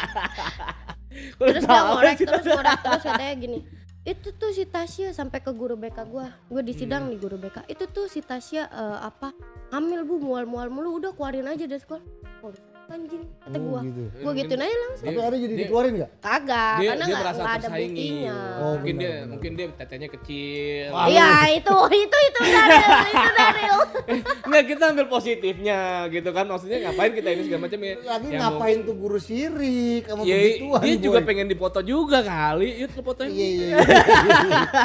Speaker 3: terus dia ngorek terus ngorek terus katanya gini itu tuh si Tasya sampai ke guru BK gua gua di
Speaker 2: Hmm.
Speaker 3: sidang di guru BK itu tuh si Tasya eh, apa hamil bu mual mual mulu udah keluarin aja dari sekolah oh, anjing kata
Speaker 1: Oh,
Speaker 3: gua
Speaker 1: gitu.
Speaker 3: gua gituin aja langsung
Speaker 1: Tapi akhirnya jadi dikeluarin nggak?
Speaker 3: kagak
Speaker 2: dia,
Speaker 3: karena
Speaker 2: dia
Speaker 3: nggak
Speaker 2: merasa
Speaker 3: nggak ada
Speaker 2: tersaingi
Speaker 3: buktinya
Speaker 1: Oh,
Speaker 2: mungkin
Speaker 1: benar,
Speaker 2: dia
Speaker 1: benar.
Speaker 2: mungkin dia tetenya kecil
Speaker 1: Wah.
Speaker 3: iya itu itu itu Daril itu Daril
Speaker 2: nggak kita ambil positifnya gitu kan maksudnya ngapain kita ini segala macam ya
Speaker 1: Lagi
Speaker 2: Ya,
Speaker 1: ngapain tuh guru sirik sama
Speaker 2: Ya,
Speaker 1: begituan?
Speaker 2: dia juga
Speaker 1: Boy?
Speaker 2: pengen dipoto juga kali yuk lu fotoin
Speaker 1: Iya iya.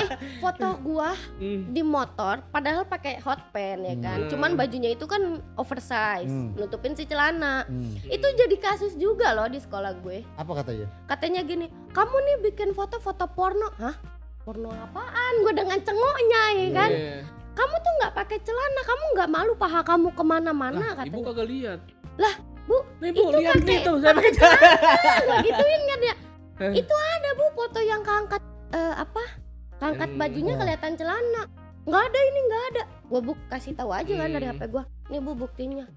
Speaker 3: Eh, foto gua
Speaker 2: Hmm.
Speaker 3: di motor padahal pakai hot pen ya kan
Speaker 2: Hmm.
Speaker 3: cuman bajunya itu kan oversize
Speaker 1: Hmm.
Speaker 3: nutupin si celana
Speaker 1: Hmm.
Speaker 3: itu jadi kasus juga loh di sekolah gue
Speaker 1: Apa katanya?
Speaker 3: katanya gini kamu nih bikin foto-foto porno hah porno apaan gue dengan cengoknya ya kan
Speaker 2: Iya.
Speaker 3: kamu tuh nggak pakai celana kamu nggak malu paha kamu
Speaker 2: Lah,
Speaker 3: kemana-mana
Speaker 2: ibu
Speaker 3: katanya
Speaker 2: kagak lihat
Speaker 3: Lah, Bu,
Speaker 2: nah, ibu
Speaker 3: itu
Speaker 2: lihat
Speaker 3: pakai-
Speaker 2: nih tuh saya pakai celana
Speaker 3: gue gituin kan ya
Speaker 2: Eh.
Speaker 3: itu ada bu foto yang keangkat eh, apa keangkat
Speaker 2: Hmm,
Speaker 3: bajunya
Speaker 1: oh.
Speaker 3: kelihatan celana nggak ada ini nggak ada gue buk kasih tahu aja kan dari
Speaker 2: Hmm.
Speaker 3: hp gue nih bu buktinya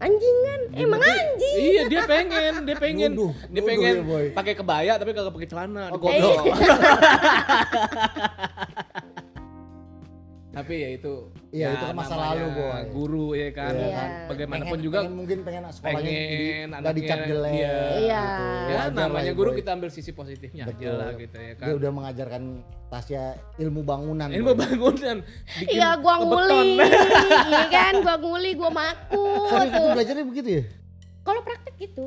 Speaker 3: anjingan emang anjing
Speaker 2: iya dia pengen dia pengen
Speaker 1: Nuduh,
Speaker 2: dia
Speaker 1: nuduh
Speaker 2: pengen
Speaker 1: ya, boy.
Speaker 2: pakai kebaya tapi kagak pakai celana
Speaker 1: Oh,
Speaker 2: Dia
Speaker 1: goblok.
Speaker 2: goblok. tapi ya itu
Speaker 1: Iya, itu kan masa
Speaker 2: namanya
Speaker 1: lalu, Boy.
Speaker 2: guru ya kan
Speaker 1: Iya,
Speaker 3: kan.
Speaker 2: bagaimanapun
Speaker 1: Pengen-
Speaker 2: juga ya
Speaker 1: pengen mungkin pengen sekolahnya
Speaker 2: pengen
Speaker 1: di- nggak
Speaker 2: anaknya-
Speaker 1: dicap jelek.
Speaker 2: Iya.
Speaker 3: Iya.
Speaker 1: gitu.
Speaker 2: ya
Speaker 1: Wajar lah
Speaker 2: namanya
Speaker 1: ya,
Speaker 2: guru
Speaker 1: Boy.
Speaker 2: kita ambil sisi positifnya aja
Speaker 1: Betul.
Speaker 2: lah gitu ya kan
Speaker 1: Dia udah mengajarkan Tasya ilmu bangunan.
Speaker 2: ini
Speaker 1: Boy.
Speaker 2: bangunan bikin
Speaker 3: iya gua
Speaker 2: kebeton.
Speaker 3: nguli iya kan gua nguli gua maku
Speaker 1: Serius itu
Speaker 3: tuh
Speaker 1: belajarnya begitu ya?
Speaker 3: kalau praktek gitu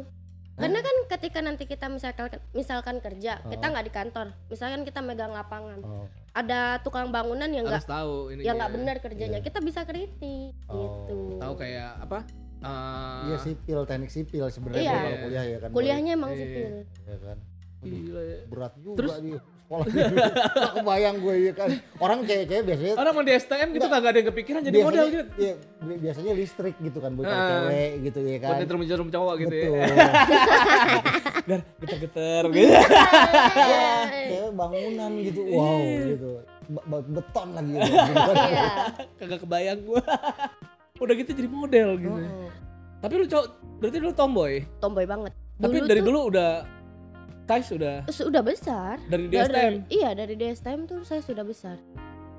Speaker 3: karena kan ketika nanti kita misalkan misalkan kerja
Speaker 2: Oh.
Speaker 3: kita nggak di kantor misalkan kita megang lapangan
Speaker 1: Oh.
Speaker 3: ada tukang bangunan yang nggak
Speaker 2: harus tahu ini
Speaker 3: yang nggak benar kerjanya kita bisa kritik
Speaker 1: Oh.
Speaker 3: gitu
Speaker 2: tahu kayak apa Eh,
Speaker 1: Iya sipil, teknik sipil sebenarnya
Speaker 3: Iya.
Speaker 1: Boy, kalau kuliah ya kan. Boy.
Speaker 3: kuliahnya emang
Speaker 2: Iya.
Speaker 3: sipil
Speaker 1: Iya kan. Aduh,
Speaker 2: gila ya.
Speaker 1: berat juga
Speaker 2: Terus?
Speaker 1: dia sekolah gak kebayang gue ya kan orang kayak kayak biasanya
Speaker 2: orang mau di STM gitu kagak ada yang kepikiran jadi
Speaker 1: biasanya,
Speaker 2: model
Speaker 3: kan.
Speaker 2: gitu
Speaker 1: iya, bi- biasanya listrik gitu kan buat
Speaker 2: Ah.
Speaker 1: cewek gitu ya kan
Speaker 2: Buatnya terumbu cowok gitu ya
Speaker 1: betul
Speaker 2: dan geter-geter gitu
Speaker 3: Iya.
Speaker 1: cewek bangunan gitu
Speaker 2: Iya.
Speaker 1: wow gitu Ba- ba- beton lagi gitu,
Speaker 3: Iya.
Speaker 2: kagak kebayang gua udah gitu jadi model gitu
Speaker 3: Oh.
Speaker 2: tapi lu cowok berarti lu tomboy
Speaker 3: tomboy banget
Speaker 2: tapi
Speaker 3: Dulu
Speaker 2: dari
Speaker 3: tuh-
Speaker 2: dulu udah size udah
Speaker 3: sudah besar
Speaker 2: dari di
Speaker 3: Dari-
Speaker 2: STM
Speaker 3: iya dari DSTM tuh saya sudah besar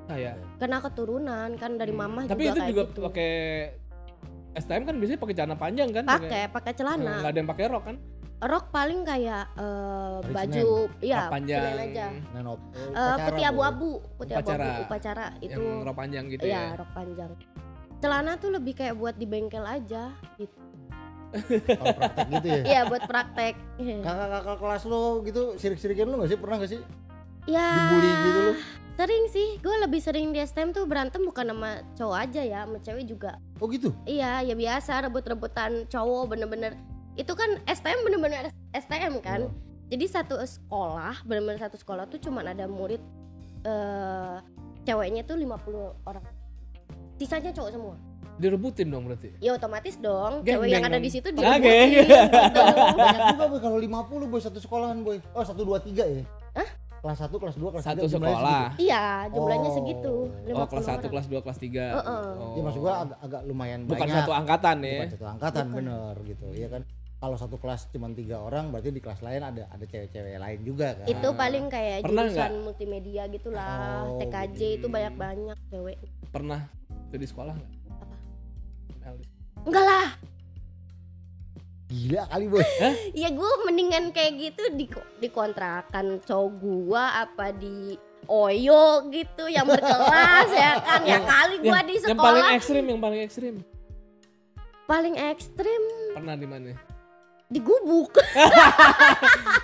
Speaker 2: kayak
Speaker 3: karena keturunan kan dari mama
Speaker 2: Ah, ya. Hmm. tapi
Speaker 3: juga
Speaker 2: itu
Speaker 3: kayak
Speaker 2: juga
Speaker 3: gitu
Speaker 2: pakai STM kan biasanya pakai celana panjang kan
Speaker 3: pakai pakai celana
Speaker 2: nggak ada yang pakai rok kan
Speaker 3: rok paling kayak eh,
Speaker 1: Hari
Speaker 3: baju ya
Speaker 2: Rok panjang
Speaker 3: aja
Speaker 1: Nah, no-
Speaker 3: Eh,
Speaker 1: upacara,
Speaker 3: putih
Speaker 1: Boy.
Speaker 3: abu-abu putih
Speaker 2: Upacara.
Speaker 3: abu-abu upacara itu
Speaker 2: yang rok panjang gitu
Speaker 3: ya
Speaker 2: ya
Speaker 3: rok panjang celana tuh lebih kayak buat di bengkel aja gitu
Speaker 1: kalau praktek gitu ya
Speaker 3: iya buat praktek
Speaker 1: Kan
Speaker 3: ya
Speaker 1: kakak-kakak kelas lo gitu sirik-sirikin lo gak sih pernah gak sih dibully gitu lo
Speaker 3: Ya, sering sih gue lebih sering di STM tuh berantem bukan sama cowok aja ya sama cewek juga
Speaker 1: oh gitu
Speaker 3: iya ya biasa rebut-rebutan cowok bener-bener itu kan STM bener-bener STM kan jadi satu sekolah bener-bener satu sekolah tuh cuman ada murid eh ceweknya tuh 50 orang sisanya cowok semua
Speaker 2: direbutin dong berarti
Speaker 3: ya otomatis dong
Speaker 2: Geng,
Speaker 3: cewek yang
Speaker 2: geng
Speaker 3: ada
Speaker 2: dong.
Speaker 3: di situ
Speaker 2: Oke.
Speaker 3: direbutin gitu.
Speaker 1: Oh, banyak juga boy kalau 50 boy satu sekolahan boy oh satu dua tiga ya kelas satu kelas dua kelas
Speaker 2: satu
Speaker 1: tiga gitu? jumlahnya
Speaker 2: sekolah
Speaker 3: iya jumlahnya
Speaker 1: Oh.
Speaker 3: segitu
Speaker 2: oh kelas
Speaker 3: 50
Speaker 2: satu
Speaker 3: orang.
Speaker 2: kelas dua kelas tiga Oh.
Speaker 3: Heeh.
Speaker 1: Ya maksud gua agak, agak lumayan
Speaker 2: bukan
Speaker 1: banyak.
Speaker 2: satu angkatan ya
Speaker 1: bukan satu angkatan
Speaker 3: Bukan.
Speaker 1: bener gitu ya kan. Kalau satu kelas cuma tiga orang berarti di kelas lain ada ada cewek-cewek lain juga kan.
Speaker 3: itu paling kayak
Speaker 2: Pernah
Speaker 3: jurusan multimedia gitulah
Speaker 1: Oh,
Speaker 3: TKJ
Speaker 2: gitu.
Speaker 3: itu banyak banyak cewek
Speaker 2: pernah itu di sekolah nggak
Speaker 3: Apa?
Speaker 2: ML di-
Speaker 3: enggak lah
Speaker 1: Gila kali boy.
Speaker 3: ya gue mendingan kayak gitu di dikontrakan cowok gua apa di Oyo gitu yang berkelas ya kan ya kali gua di
Speaker 2: yang paling
Speaker 3: sekolah
Speaker 2: ekstrim yang paling ekstrim
Speaker 3: paling ekstrim
Speaker 2: pernah di mana
Speaker 3: di gubuk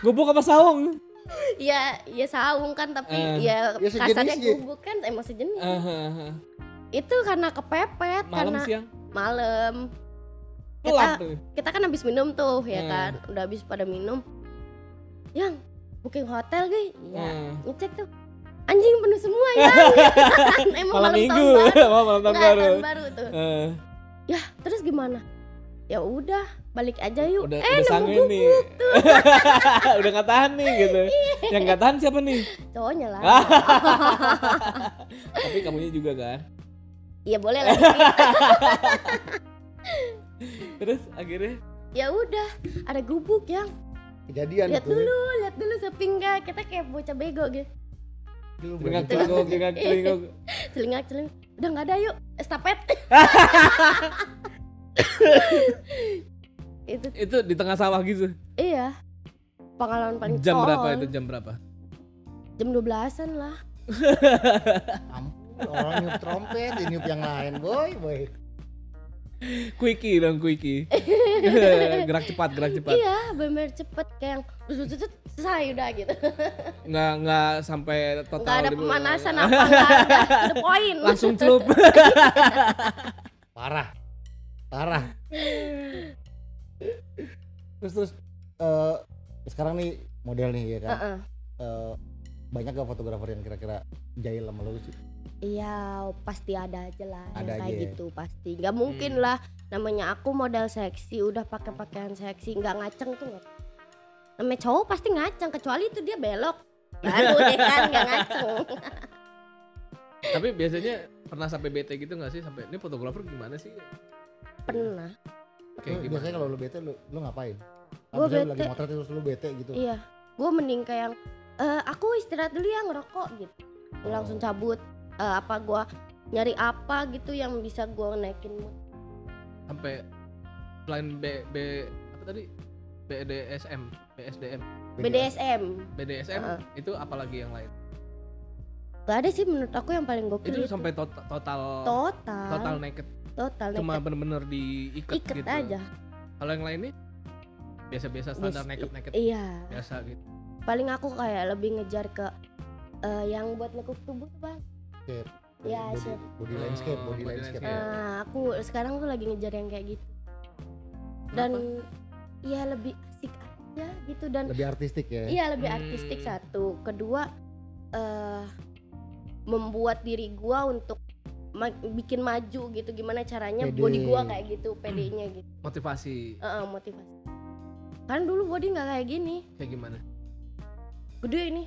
Speaker 2: gubuk apa saung
Speaker 3: ya ya saung kan tapi
Speaker 2: Eh,
Speaker 3: ya,
Speaker 1: ya sejenis
Speaker 3: kasarnya
Speaker 1: ya.
Speaker 3: gubuk kan emang sejenis
Speaker 2: Ahaha.
Speaker 3: itu karena
Speaker 2: malam
Speaker 3: kepepet karena
Speaker 2: siang
Speaker 3: malam
Speaker 2: telat tuh
Speaker 3: kita kan habis minum tuh ya
Speaker 2: Eh.
Speaker 3: kan udah habis pada minum yang booking hotel gue ya
Speaker 2: Eh.
Speaker 3: ngecek tuh anjing penuh semua ya emang
Speaker 2: malam minggu
Speaker 3: tahun baru
Speaker 2: malam tahun
Speaker 3: Nah,
Speaker 2: baru
Speaker 3: tahun baru tuh
Speaker 2: Eh,
Speaker 3: ya terus gimana ya udah balik aja yuk
Speaker 2: udah
Speaker 3: eh
Speaker 2: udah
Speaker 3: nemu
Speaker 2: sange nih udah nggak tahan nih gitu
Speaker 3: Iya.
Speaker 2: yang nggak tahan siapa nih
Speaker 3: Eh, cowoknya lah
Speaker 2: Ah. tapi kamunya juga kan
Speaker 3: ya boleh lah dikit.
Speaker 2: terus akhirnya
Speaker 3: ya udah ada gubuk yang
Speaker 1: kejadian
Speaker 3: lihat
Speaker 1: tuh
Speaker 3: dulu lihat dulu sepi nggak kita kayak bocah bego gitu
Speaker 1: Dulu
Speaker 2: dengan
Speaker 1: baru-
Speaker 2: celingok dengan celingok
Speaker 3: celingak celingak udah nggak ada yuk estafet itu
Speaker 2: itu di tengah sawah gitu
Speaker 3: iya pengalaman paling
Speaker 2: jam berapa
Speaker 3: tolol.
Speaker 2: itu jam berapa
Speaker 3: jam 12-an lah
Speaker 1: Ampun, orang niup trompet ini niup yang lain boy boy
Speaker 2: quickie dong quickie gerak cepat gerak cepat
Speaker 3: iya bener cepet kayak yang "Zuzuzuzut, selesai udah gitu
Speaker 2: nggak nggak sampai total
Speaker 3: nggak ada
Speaker 2: di-
Speaker 3: pemanasan apa nggak ada the point
Speaker 2: Oh, langsung celup
Speaker 1: parah parah terus terus eh, sekarang nih model nih ya kan
Speaker 3: Heeh.
Speaker 1: Eh, banyak gak fotografer yang kira-kira jahil sama lu sih
Speaker 3: Iya pasti ada aja lah
Speaker 1: Ada
Speaker 3: yang
Speaker 1: aja
Speaker 3: kayak
Speaker 1: ya?
Speaker 3: gitu pasti nggak mungkin
Speaker 2: Hmm.
Speaker 3: lah namanya aku model seksi udah pakai pakaian seksi nggak ngaceng tuh nggak namanya cowok pasti ngaceng kecuali itu dia belok baru deh kan nggak ngaceng
Speaker 2: tapi biasanya pernah sampai bete gitu nggak sih sampai ini fotografer gimana sih
Speaker 3: pernah
Speaker 2: kayak
Speaker 1: Lu
Speaker 2: gimana
Speaker 1: biasanya kalau lu bete lu, lu ngapain
Speaker 3: Gua
Speaker 1: Abis lu
Speaker 3: bete.
Speaker 1: lagi motret terus lu bete gitu
Speaker 3: iya gue mending kayak yang "Eh, aku istirahat dulu ya ngerokok gitu
Speaker 1: Oh.
Speaker 3: Dia langsung cabut Eh, apa gua nyari apa gitu yang bisa gua naikin mood
Speaker 2: sampai selain B B apa tadi BDSM BSDM
Speaker 1: ya?
Speaker 3: BDSM
Speaker 2: BDSM
Speaker 3: Heeh.
Speaker 2: itu apalagi yang lain
Speaker 3: gak ada sih menurut aku yang paling gokil
Speaker 2: itu
Speaker 3: itu,
Speaker 2: sampai tot- total
Speaker 3: total
Speaker 2: total naked
Speaker 3: total
Speaker 2: cuma
Speaker 3: naked.
Speaker 2: bener-bener diikat
Speaker 3: iket
Speaker 2: gitu
Speaker 3: aja
Speaker 2: kalau yang lainnya biasa-biasa standar naked
Speaker 3: Bias-
Speaker 2: naked
Speaker 3: Iya,
Speaker 2: biasa gitu
Speaker 3: paling aku kayak lebih ngejar ke eh, yang buat lekuk tubuh tuh bang. Iya,
Speaker 1: body,
Speaker 3: siap.
Speaker 1: body
Speaker 2: Hmm,
Speaker 1: landscape Ah, body,
Speaker 2: body
Speaker 1: landscape,
Speaker 2: landscape.
Speaker 3: Nah, aku sekarang tuh lagi ngejar yang kayak gitu dan iya lebih asik aja gitu dan
Speaker 1: lebih artistik ya
Speaker 3: iya lebih
Speaker 2: Hmm.
Speaker 3: artistik satu. Kedua eh membuat diri gua untuk ma- bikin maju gitu gimana caranya
Speaker 1: Pede.
Speaker 3: body gua kayak gitu PD-nya gitu.
Speaker 2: motivasi
Speaker 3: Heeh, motivasi. Kan dulu body nggak kayak gini.
Speaker 2: kayak gimana
Speaker 3: Gede ini.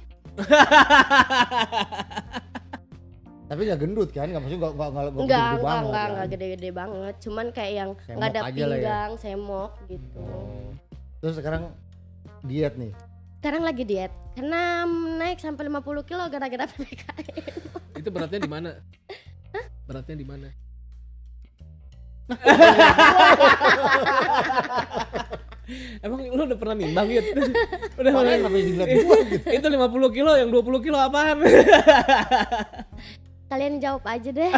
Speaker 1: tapi gak gendut kan gak maksudnya gak, gak, gak, gak
Speaker 3: Enggak,
Speaker 1: gendut banget
Speaker 3: enggak, enggak,
Speaker 1: kan?
Speaker 3: enggak gede-gede banget. Cuman kayak yang
Speaker 1: Semok
Speaker 3: nggak ada
Speaker 1: aja lah ya.
Speaker 3: pinggang, semok gitu.
Speaker 1: Oh. terus sekarang diet nih
Speaker 3: Sekarang lagi diet karena naik sampai 50 kilo gara-gara PPKM.
Speaker 2: itu beratnya di mana beratnya di mana Emang lu udah pernah nimbang gitu? Udah
Speaker 3: Oh, iya.
Speaker 1: Makanya
Speaker 2: udah.
Speaker 1: kenapa dilihat gua gitu
Speaker 2: Itu 50 kilo, yang 20 kilo apaan?
Speaker 3: Kalian jawab aja deh.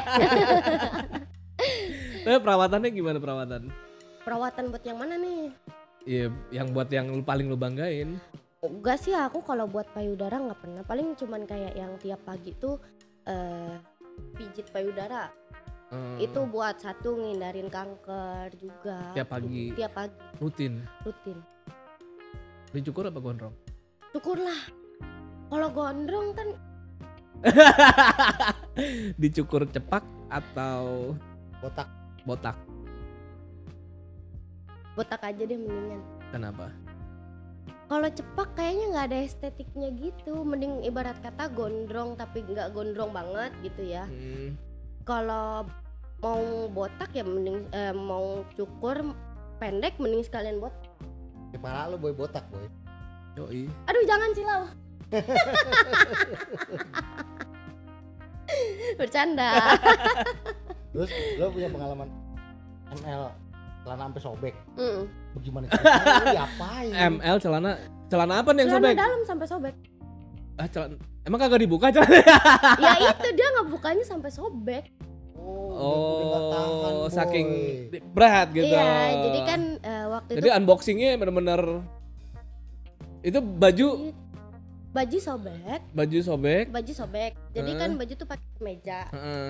Speaker 2: Tapi perawatannya gimana perawatan?
Speaker 3: Perawatan buat yang mana nih?
Speaker 2: Iya, yang buat yang lu paling lu banggain.
Speaker 3: Enggak sih aku kalau buat payudara nggak pernah. Paling cuman kayak yang tiap pagi tuh eh pijit payudara.
Speaker 1: Hmm.
Speaker 2: Eh,
Speaker 3: Itu buat satu ngindarin kanker juga.
Speaker 2: Tiap pagi.
Speaker 3: Tiap pagi
Speaker 2: rutin.
Speaker 3: rutin.
Speaker 2: Dicukur apa gondrong?
Speaker 3: Syukurlah. Kalau gondrong kan
Speaker 2: Dicukur cepak atau
Speaker 1: botak
Speaker 2: botak?
Speaker 3: botak aja deh mendingan.
Speaker 2: Kenapa?
Speaker 3: kalau cepak kayaknya nggak ada estetiknya gitu mending ibarat kata gondrong tapi nggak gondrong banget gitu ya
Speaker 2: Hmm,
Speaker 3: kalau mau botak ya mending eh, mau cukur pendek mending sekalian botak
Speaker 1: kepala lu boy botak boy
Speaker 2: yoi.
Speaker 3: aduh jangan silau bercanda
Speaker 1: terus lu punya pengalaman ML celana sampai sobek
Speaker 3: Mm.
Speaker 1: bagaimana ceritanya lu diapain
Speaker 2: ML celana celana apa nih yang
Speaker 3: Hmm. celana
Speaker 2: sobek?
Speaker 3: dalam sampai sobek
Speaker 2: Ah, celana. Emang kagak dibuka celana?
Speaker 3: ya itu dia ngebukanya sampai sobek
Speaker 1: udah- udah nggak tahan,
Speaker 2: Oh,
Speaker 1: boy.
Speaker 2: saking di- berat gitu.
Speaker 3: iya jadi kan eh, waktu
Speaker 2: Jadi
Speaker 3: itu
Speaker 2: unboxingnya bener-bener itu baju
Speaker 3: baju sobek
Speaker 2: baju sobek
Speaker 3: baju sobek jadi kan
Speaker 2: Hmm.
Speaker 3: baju tuh pakai meja
Speaker 2: heeh.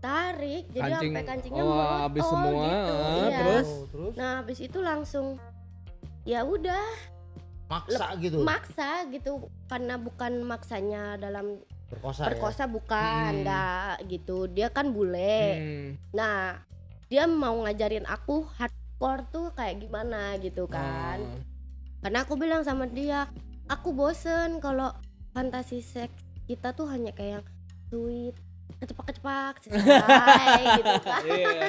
Speaker 3: tarik jadi
Speaker 2: Kancing.
Speaker 3: sampai kancingnya
Speaker 2: Oh,
Speaker 3: motong
Speaker 2: habis semua,
Speaker 3: gitu
Speaker 2: ah,
Speaker 3: iya.
Speaker 2: terus?
Speaker 1: Oh, terus
Speaker 3: nah habis itu langsung ya udah
Speaker 1: maksa gitu
Speaker 3: maksa gitu karena bukan maksanya dalam
Speaker 1: perkosa, ya?
Speaker 3: perkosa bukan
Speaker 2: ya? Hmm.
Speaker 3: enggak gitu dia kan bule
Speaker 2: Hmm.
Speaker 3: nah dia mau ngajarin aku hardcore tuh kayak gimana gitu kan
Speaker 2: Oh.
Speaker 3: karena aku bilang sama dia aku bosen kalau fantasi seks kita tuh hanya kayak yang sweet kecepak-kecepak selesai gitu kan
Speaker 2: Iya.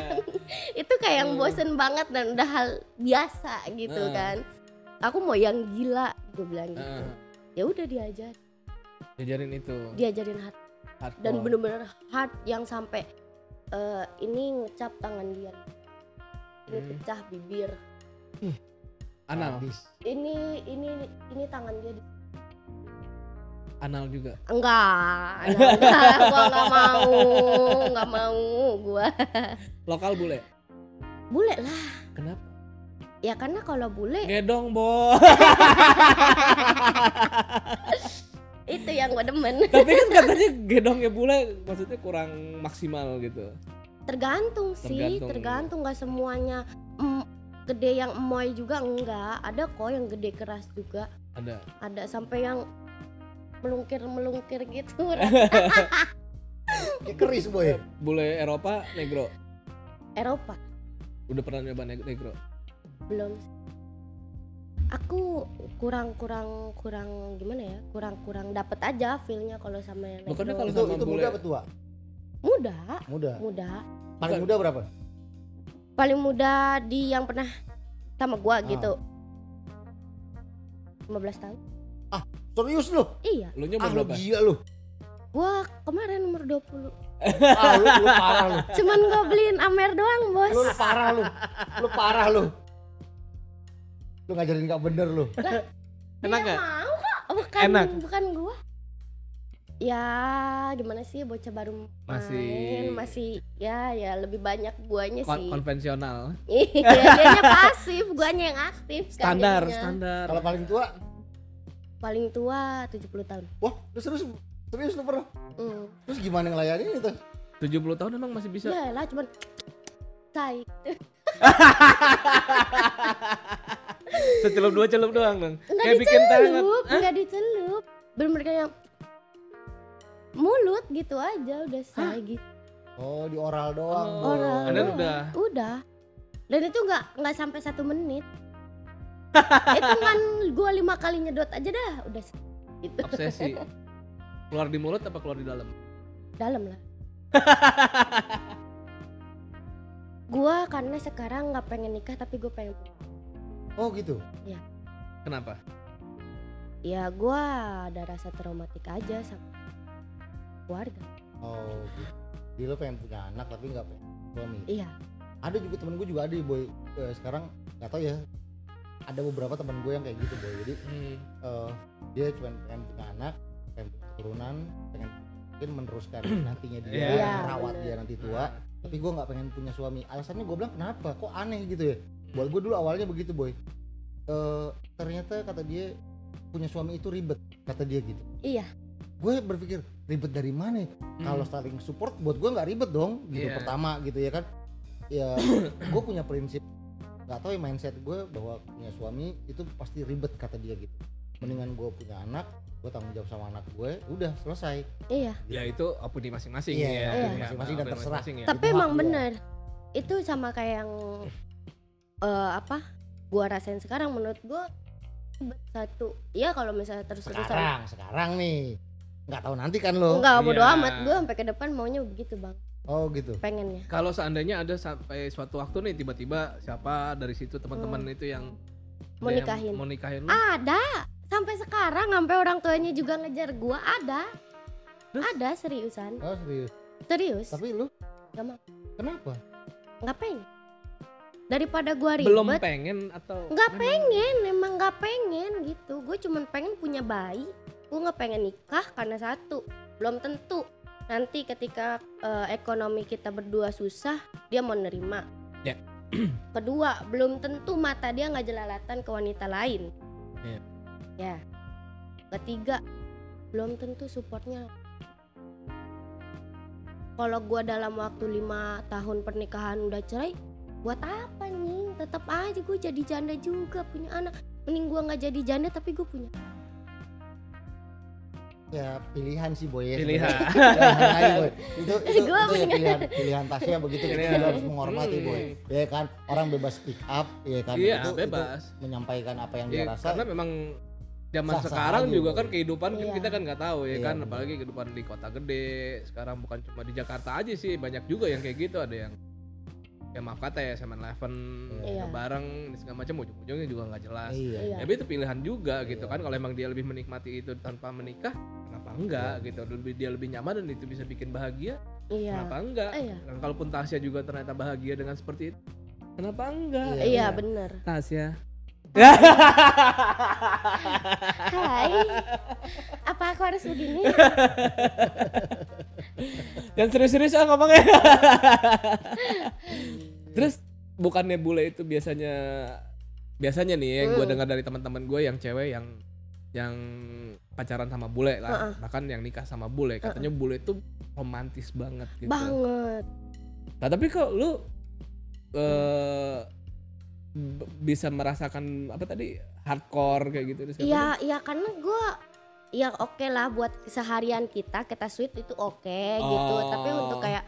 Speaker 3: itu kayak yang
Speaker 2: Hmm.
Speaker 3: bosen banget dan udah hal biasa gitu
Speaker 2: Nah.
Speaker 3: kan aku mau yang gila gue bilang gitu
Speaker 2: Heeh.
Speaker 3: ya udah diajar
Speaker 2: Hmm. Jajarin itu.
Speaker 3: diajarin hard
Speaker 2: hardcore.
Speaker 3: dan bener-bener hard yang sampai eh, ini ngecap tangan dia ini
Speaker 2: Hmm.
Speaker 3: pecah bibir
Speaker 2: anal,
Speaker 1: Sadis.
Speaker 3: ini ini ini tangan dia di
Speaker 2: anal juga.
Speaker 3: enggak enggak, enggak gua enggak mau enggak mau gua
Speaker 2: Lokal bule.
Speaker 3: bule lah
Speaker 2: Kenapa?
Speaker 3: ya karena kalau bule
Speaker 2: Gedong, Bo.
Speaker 3: itu yang gua demen
Speaker 2: Tapi kan katanya gedongnya bule maksudnya kurang maksimal gitu.
Speaker 3: tergantung sih
Speaker 2: Tergantung. iya.
Speaker 3: tergantung nggak semuanya em- gede yang emoy juga enggak ada kok yang gede keras juga
Speaker 2: Ada.
Speaker 3: ada sampai yang melungkir melungkir gitu
Speaker 1: Ya, keris boy
Speaker 2: Iya, Bule Eropa negro.
Speaker 3: Eropa
Speaker 2: Udah pernah nyoba neg- negro?
Speaker 3: belum aku kurang kurang kurang gimana ya kurang kurang dapet aja feelnya kalau sama yang
Speaker 2: Bukannya
Speaker 3: negro.
Speaker 2: kalau
Speaker 1: itu
Speaker 2: sama
Speaker 1: itu
Speaker 2: bule.
Speaker 1: muda apa tua
Speaker 3: muda
Speaker 1: muda
Speaker 3: muda
Speaker 1: paling muda berapa
Speaker 3: paling muda di yang pernah sama gua
Speaker 1: Ah.
Speaker 3: gitu 15 tahun
Speaker 1: serius lo
Speaker 3: iya
Speaker 2: Lu nyoba
Speaker 1: ah lu
Speaker 2: berapa?
Speaker 1: gila lu
Speaker 3: gua kemarin nomor 20
Speaker 1: ah lu, lu parah lu
Speaker 3: cuman gua beliin Amer doang bos
Speaker 1: lu, lu parah lu lu parah lu lu ngajarin gak bener lu
Speaker 2: Enak
Speaker 3: Dia
Speaker 2: gak?
Speaker 3: mau kok Oh, bukan
Speaker 2: Enak?
Speaker 3: bukan gua ya gimana sih bocah baru main
Speaker 2: Masih-
Speaker 3: masih ya ya lebih banyak guanya
Speaker 2: Kon-
Speaker 3: Iya sih
Speaker 2: konvensional.
Speaker 3: iya dianya pasif guanya yang aktif kan
Speaker 2: Standar,
Speaker 3: jadinya.
Speaker 2: standar.
Speaker 1: kalau paling tua
Speaker 3: paling tua 70 tahun
Speaker 1: wah lu serius serius lu pernah
Speaker 3: hmm.
Speaker 1: terus gimana ngelayanin itu
Speaker 2: 70 tahun emang masih bisa.
Speaker 3: ya lah cuman say
Speaker 2: Secelup dua celup doang, Bang.
Speaker 3: Enggak
Speaker 2: Kayak bikin tangan.
Speaker 3: dicelup, enggak dicelup. Bener-bener kayak mulut gitu aja udah saya gitu.
Speaker 1: oh di oral doang
Speaker 2: Oh.
Speaker 1: Boy.
Speaker 3: Oral.
Speaker 2: Anda
Speaker 3: doang.
Speaker 2: udah.
Speaker 3: Udah. Dan itu enggak enggak sampai satu menit. itu kan gua lima kali nyedot aja dah udah se- gitu
Speaker 2: Obsesi. Keluar di mulut apa keluar di dalam?
Speaker 3: dalam lah. gua karena sekarang nggak pengen nikah tapi gue pengen
Speaker 1: oh gitu
Speaker 2: Kenapa?
Speaker 3: ya gua ada rasa traumatik aja sama keluarga
Speaker 1: oh gitu jadi lu pengen punya anak tapi gak pengen suami
Speaker 3: iya
Speaker 1: ada juga temen gue juga ada boy Eh, sekarang nggak tau ya ada beberapa temen gue yang kayak gitu boy jadi
Speaker 2: Hmm.
Speaker 1: eh, dia cuma pengen punya anak pengen punya keturunan pengen mungkin meneruskan nantinya dia
Speaker 2: Iya.
Speaker 3: Iya,
Speaker 1: merawat dia nanti tua tapi gue nggak pengen punya suami alasannya gue bilang kenapa kok aneh gitu ya
Speaker 2: Hmm.
Speaker 1: buat gue dulu awalnya begitu boy Eh, ternyata kata dia punya suami itu ribet kata dia gitu
Speaker 3: Iya.
Speaker 1: gue berpikir ribet dari mana ya? kalau saling support buat gue nggak ribet dong gitu
Speaker 2: Hmm. Iya.
Speaker 1: pertama gitu ya kan ya gue punya prinsip nggak tahu ya mindset gue bahwa punya suami itu pasti ribet kata dia gitu mendingan gue punya anak gue tanggung jawab sama anak gue udah selesai
Speaker 3: iya
Speaker 2: ya itu opini masing-masing
Speaker 1: Iya,
Speaker 2: ya.
Speaker 3: opini
Speaker 2: Ya,
Speaker 1: masing-masing dan
Speaker 2: opini
Speaker 1: terserah.
Speaker 2: masing-masing ya.
Speaker 3: tapi
Speaker 1: Itu hak
Speaker 3: emang
Speaker 1: dia.
Speaker 3: bener itu sama kayak yang eh, apa gua rasain sekarang menurut gua ribet satu ya kalau misalnya terus terusan
Speaker 1: sekarang sekarang nih nggak tahu nanti kan lo
Speaker 3: enggak bodo
Speaker 2: Iya.
Speaker 3: amat gua sampai ke depan maunya begitu bang
Speaker 1: oh gitu
Speaker 3: pengennya
Speaker 2: Kalau seandainya ada sampai suatu waktu nih tiba-tiba siapa dari situ teman-teman itu yang
Speaker 3: Hmm. Mau
Speaker 2: yang
Speaker 3: nikahin. Ah,
Speaker 2: mau nikahin lu,
Speaker 3: ada sampai sekarang sampai orang tuanya juga ngejar gua ada
Speaker 2: Terus?
Speaker 3: ada seriusan
Speaker 1: oh serius
Speaker 3: serius
Speaker 1: tapi lu
Speaker 3: Nggak mau.
Speaker 1: kenapa
Speaker 3: nggak pengen daripada gua ribet
Speaker 2: belum pengen atau
Speaker 3: Nggak
Speaker 2: memang-
Speaker 3: pengen emang nggak pengen gitu gue cuman pengen punya bayi gue nggak pengen nikah karena satu belum tentu nanti ketika eh, ekonomi kita berdua susah dia mau nerima
Speaker 2: Ya.
Speaker 3: kedua belum tentu mata dia nggak jelalatan ke wanita lain
Speaker 2: Iya.
Speaker 3: ya ketiga belum tentu supportnya kalau gua dalam waktu lima tahun pernikahan udah cerai buat apa nih tetap aja gue jadi janda juga punya anak mending gua nggak jadi janda tapi gue punya
Speaker 1: ya pilihan sih boy ya
Speaker 2: Pilihan.
Speaker 1: sebenarnya. Pilihan lain, Boy. itu itu,
Speaker 3: Gua
Speaker 1: itu ya pilihan pilihan tasnya begitu kita
Speaker 2: Pilihan.
Speaker 1: juga harus menghormati boy ya kan orang bebas speak up ya kan
Speaker 2: iya
Speaker 1: itu, itu
Speaker 2: bebas
Speaker 1: menyampaikan apa yang
Speaker 2: Iya,
Speaker 1: dia rasa
Speaker 2: karena memang zaman
Speaker 1: sah-sah
Speaker 2: sekarang
Speaker 1: aja,
Speaker 2: juga
Speaker 1: Boy.
Speaker 2: kan kehidupan kan
Speaker 3: Iya.
Speaker 2: kita kan nggak tahu ya
Speaker 1: Iya,
Speaker 2: kan
Speaker 1: benar.
Speaker 2: apalagi kehidupan di kota gede sekarang bukan cuma di Jakarta aja sih banyak juga yang kayak gitu ada yang ya maaf kata ya sama Eleven
Speaker 3: Iya.
Speaker 2: bareng segala macam ujung-ujungnya juga nggak jelas
Speaker 1: iya
Speaker 3: iya
Speaker 2: tapi itu pilihan juga gitu
Speaker 1: Iya.
Speaker 2: kan kalau emang dia lebih menikmati itu tanpa menikah kenapa enggak
Speaker 1: Iya.
Speaker 2: gitu lebih dia lebih nyaman dan itu bisa bikin bahagia
Speaker 3: iya
Speaker 2: kenapa enggak
Speaker 3: Eh, iya
Speaker 2: dan kalaupun Tasya juga ternyata bahagia dengan seperti itu kenapa enggak
Speaker 1: Iya,
Speaker 3: iya bener
Speaker 2: Tasya
Speaker 3: Hai, apa aku harus begini?
Speaker 2: yang serius-serius ah ngomongnya terus bukannya bule itu biasanya biasanya nih yang gue
Speaker 3: Hmm.
Speaker 2: dengar dari teman-teman gue yang cewek yang yang pacaran sama bule lah bahkan yang nikah sama bule katanya bule itu romantis banget gitu
Speaker 3: Banget.
Speaker 2: Nah, tapi kok lu eh b- bisa merasakan apa tadi hardcore kayak gitu terus
Speaker 3: Iya, iya karena gua ya oke lah buat seharian kita kita sweet itu oke gitu.
Speaker 2: Oh.
Speaker 3: Tapi untuk kayak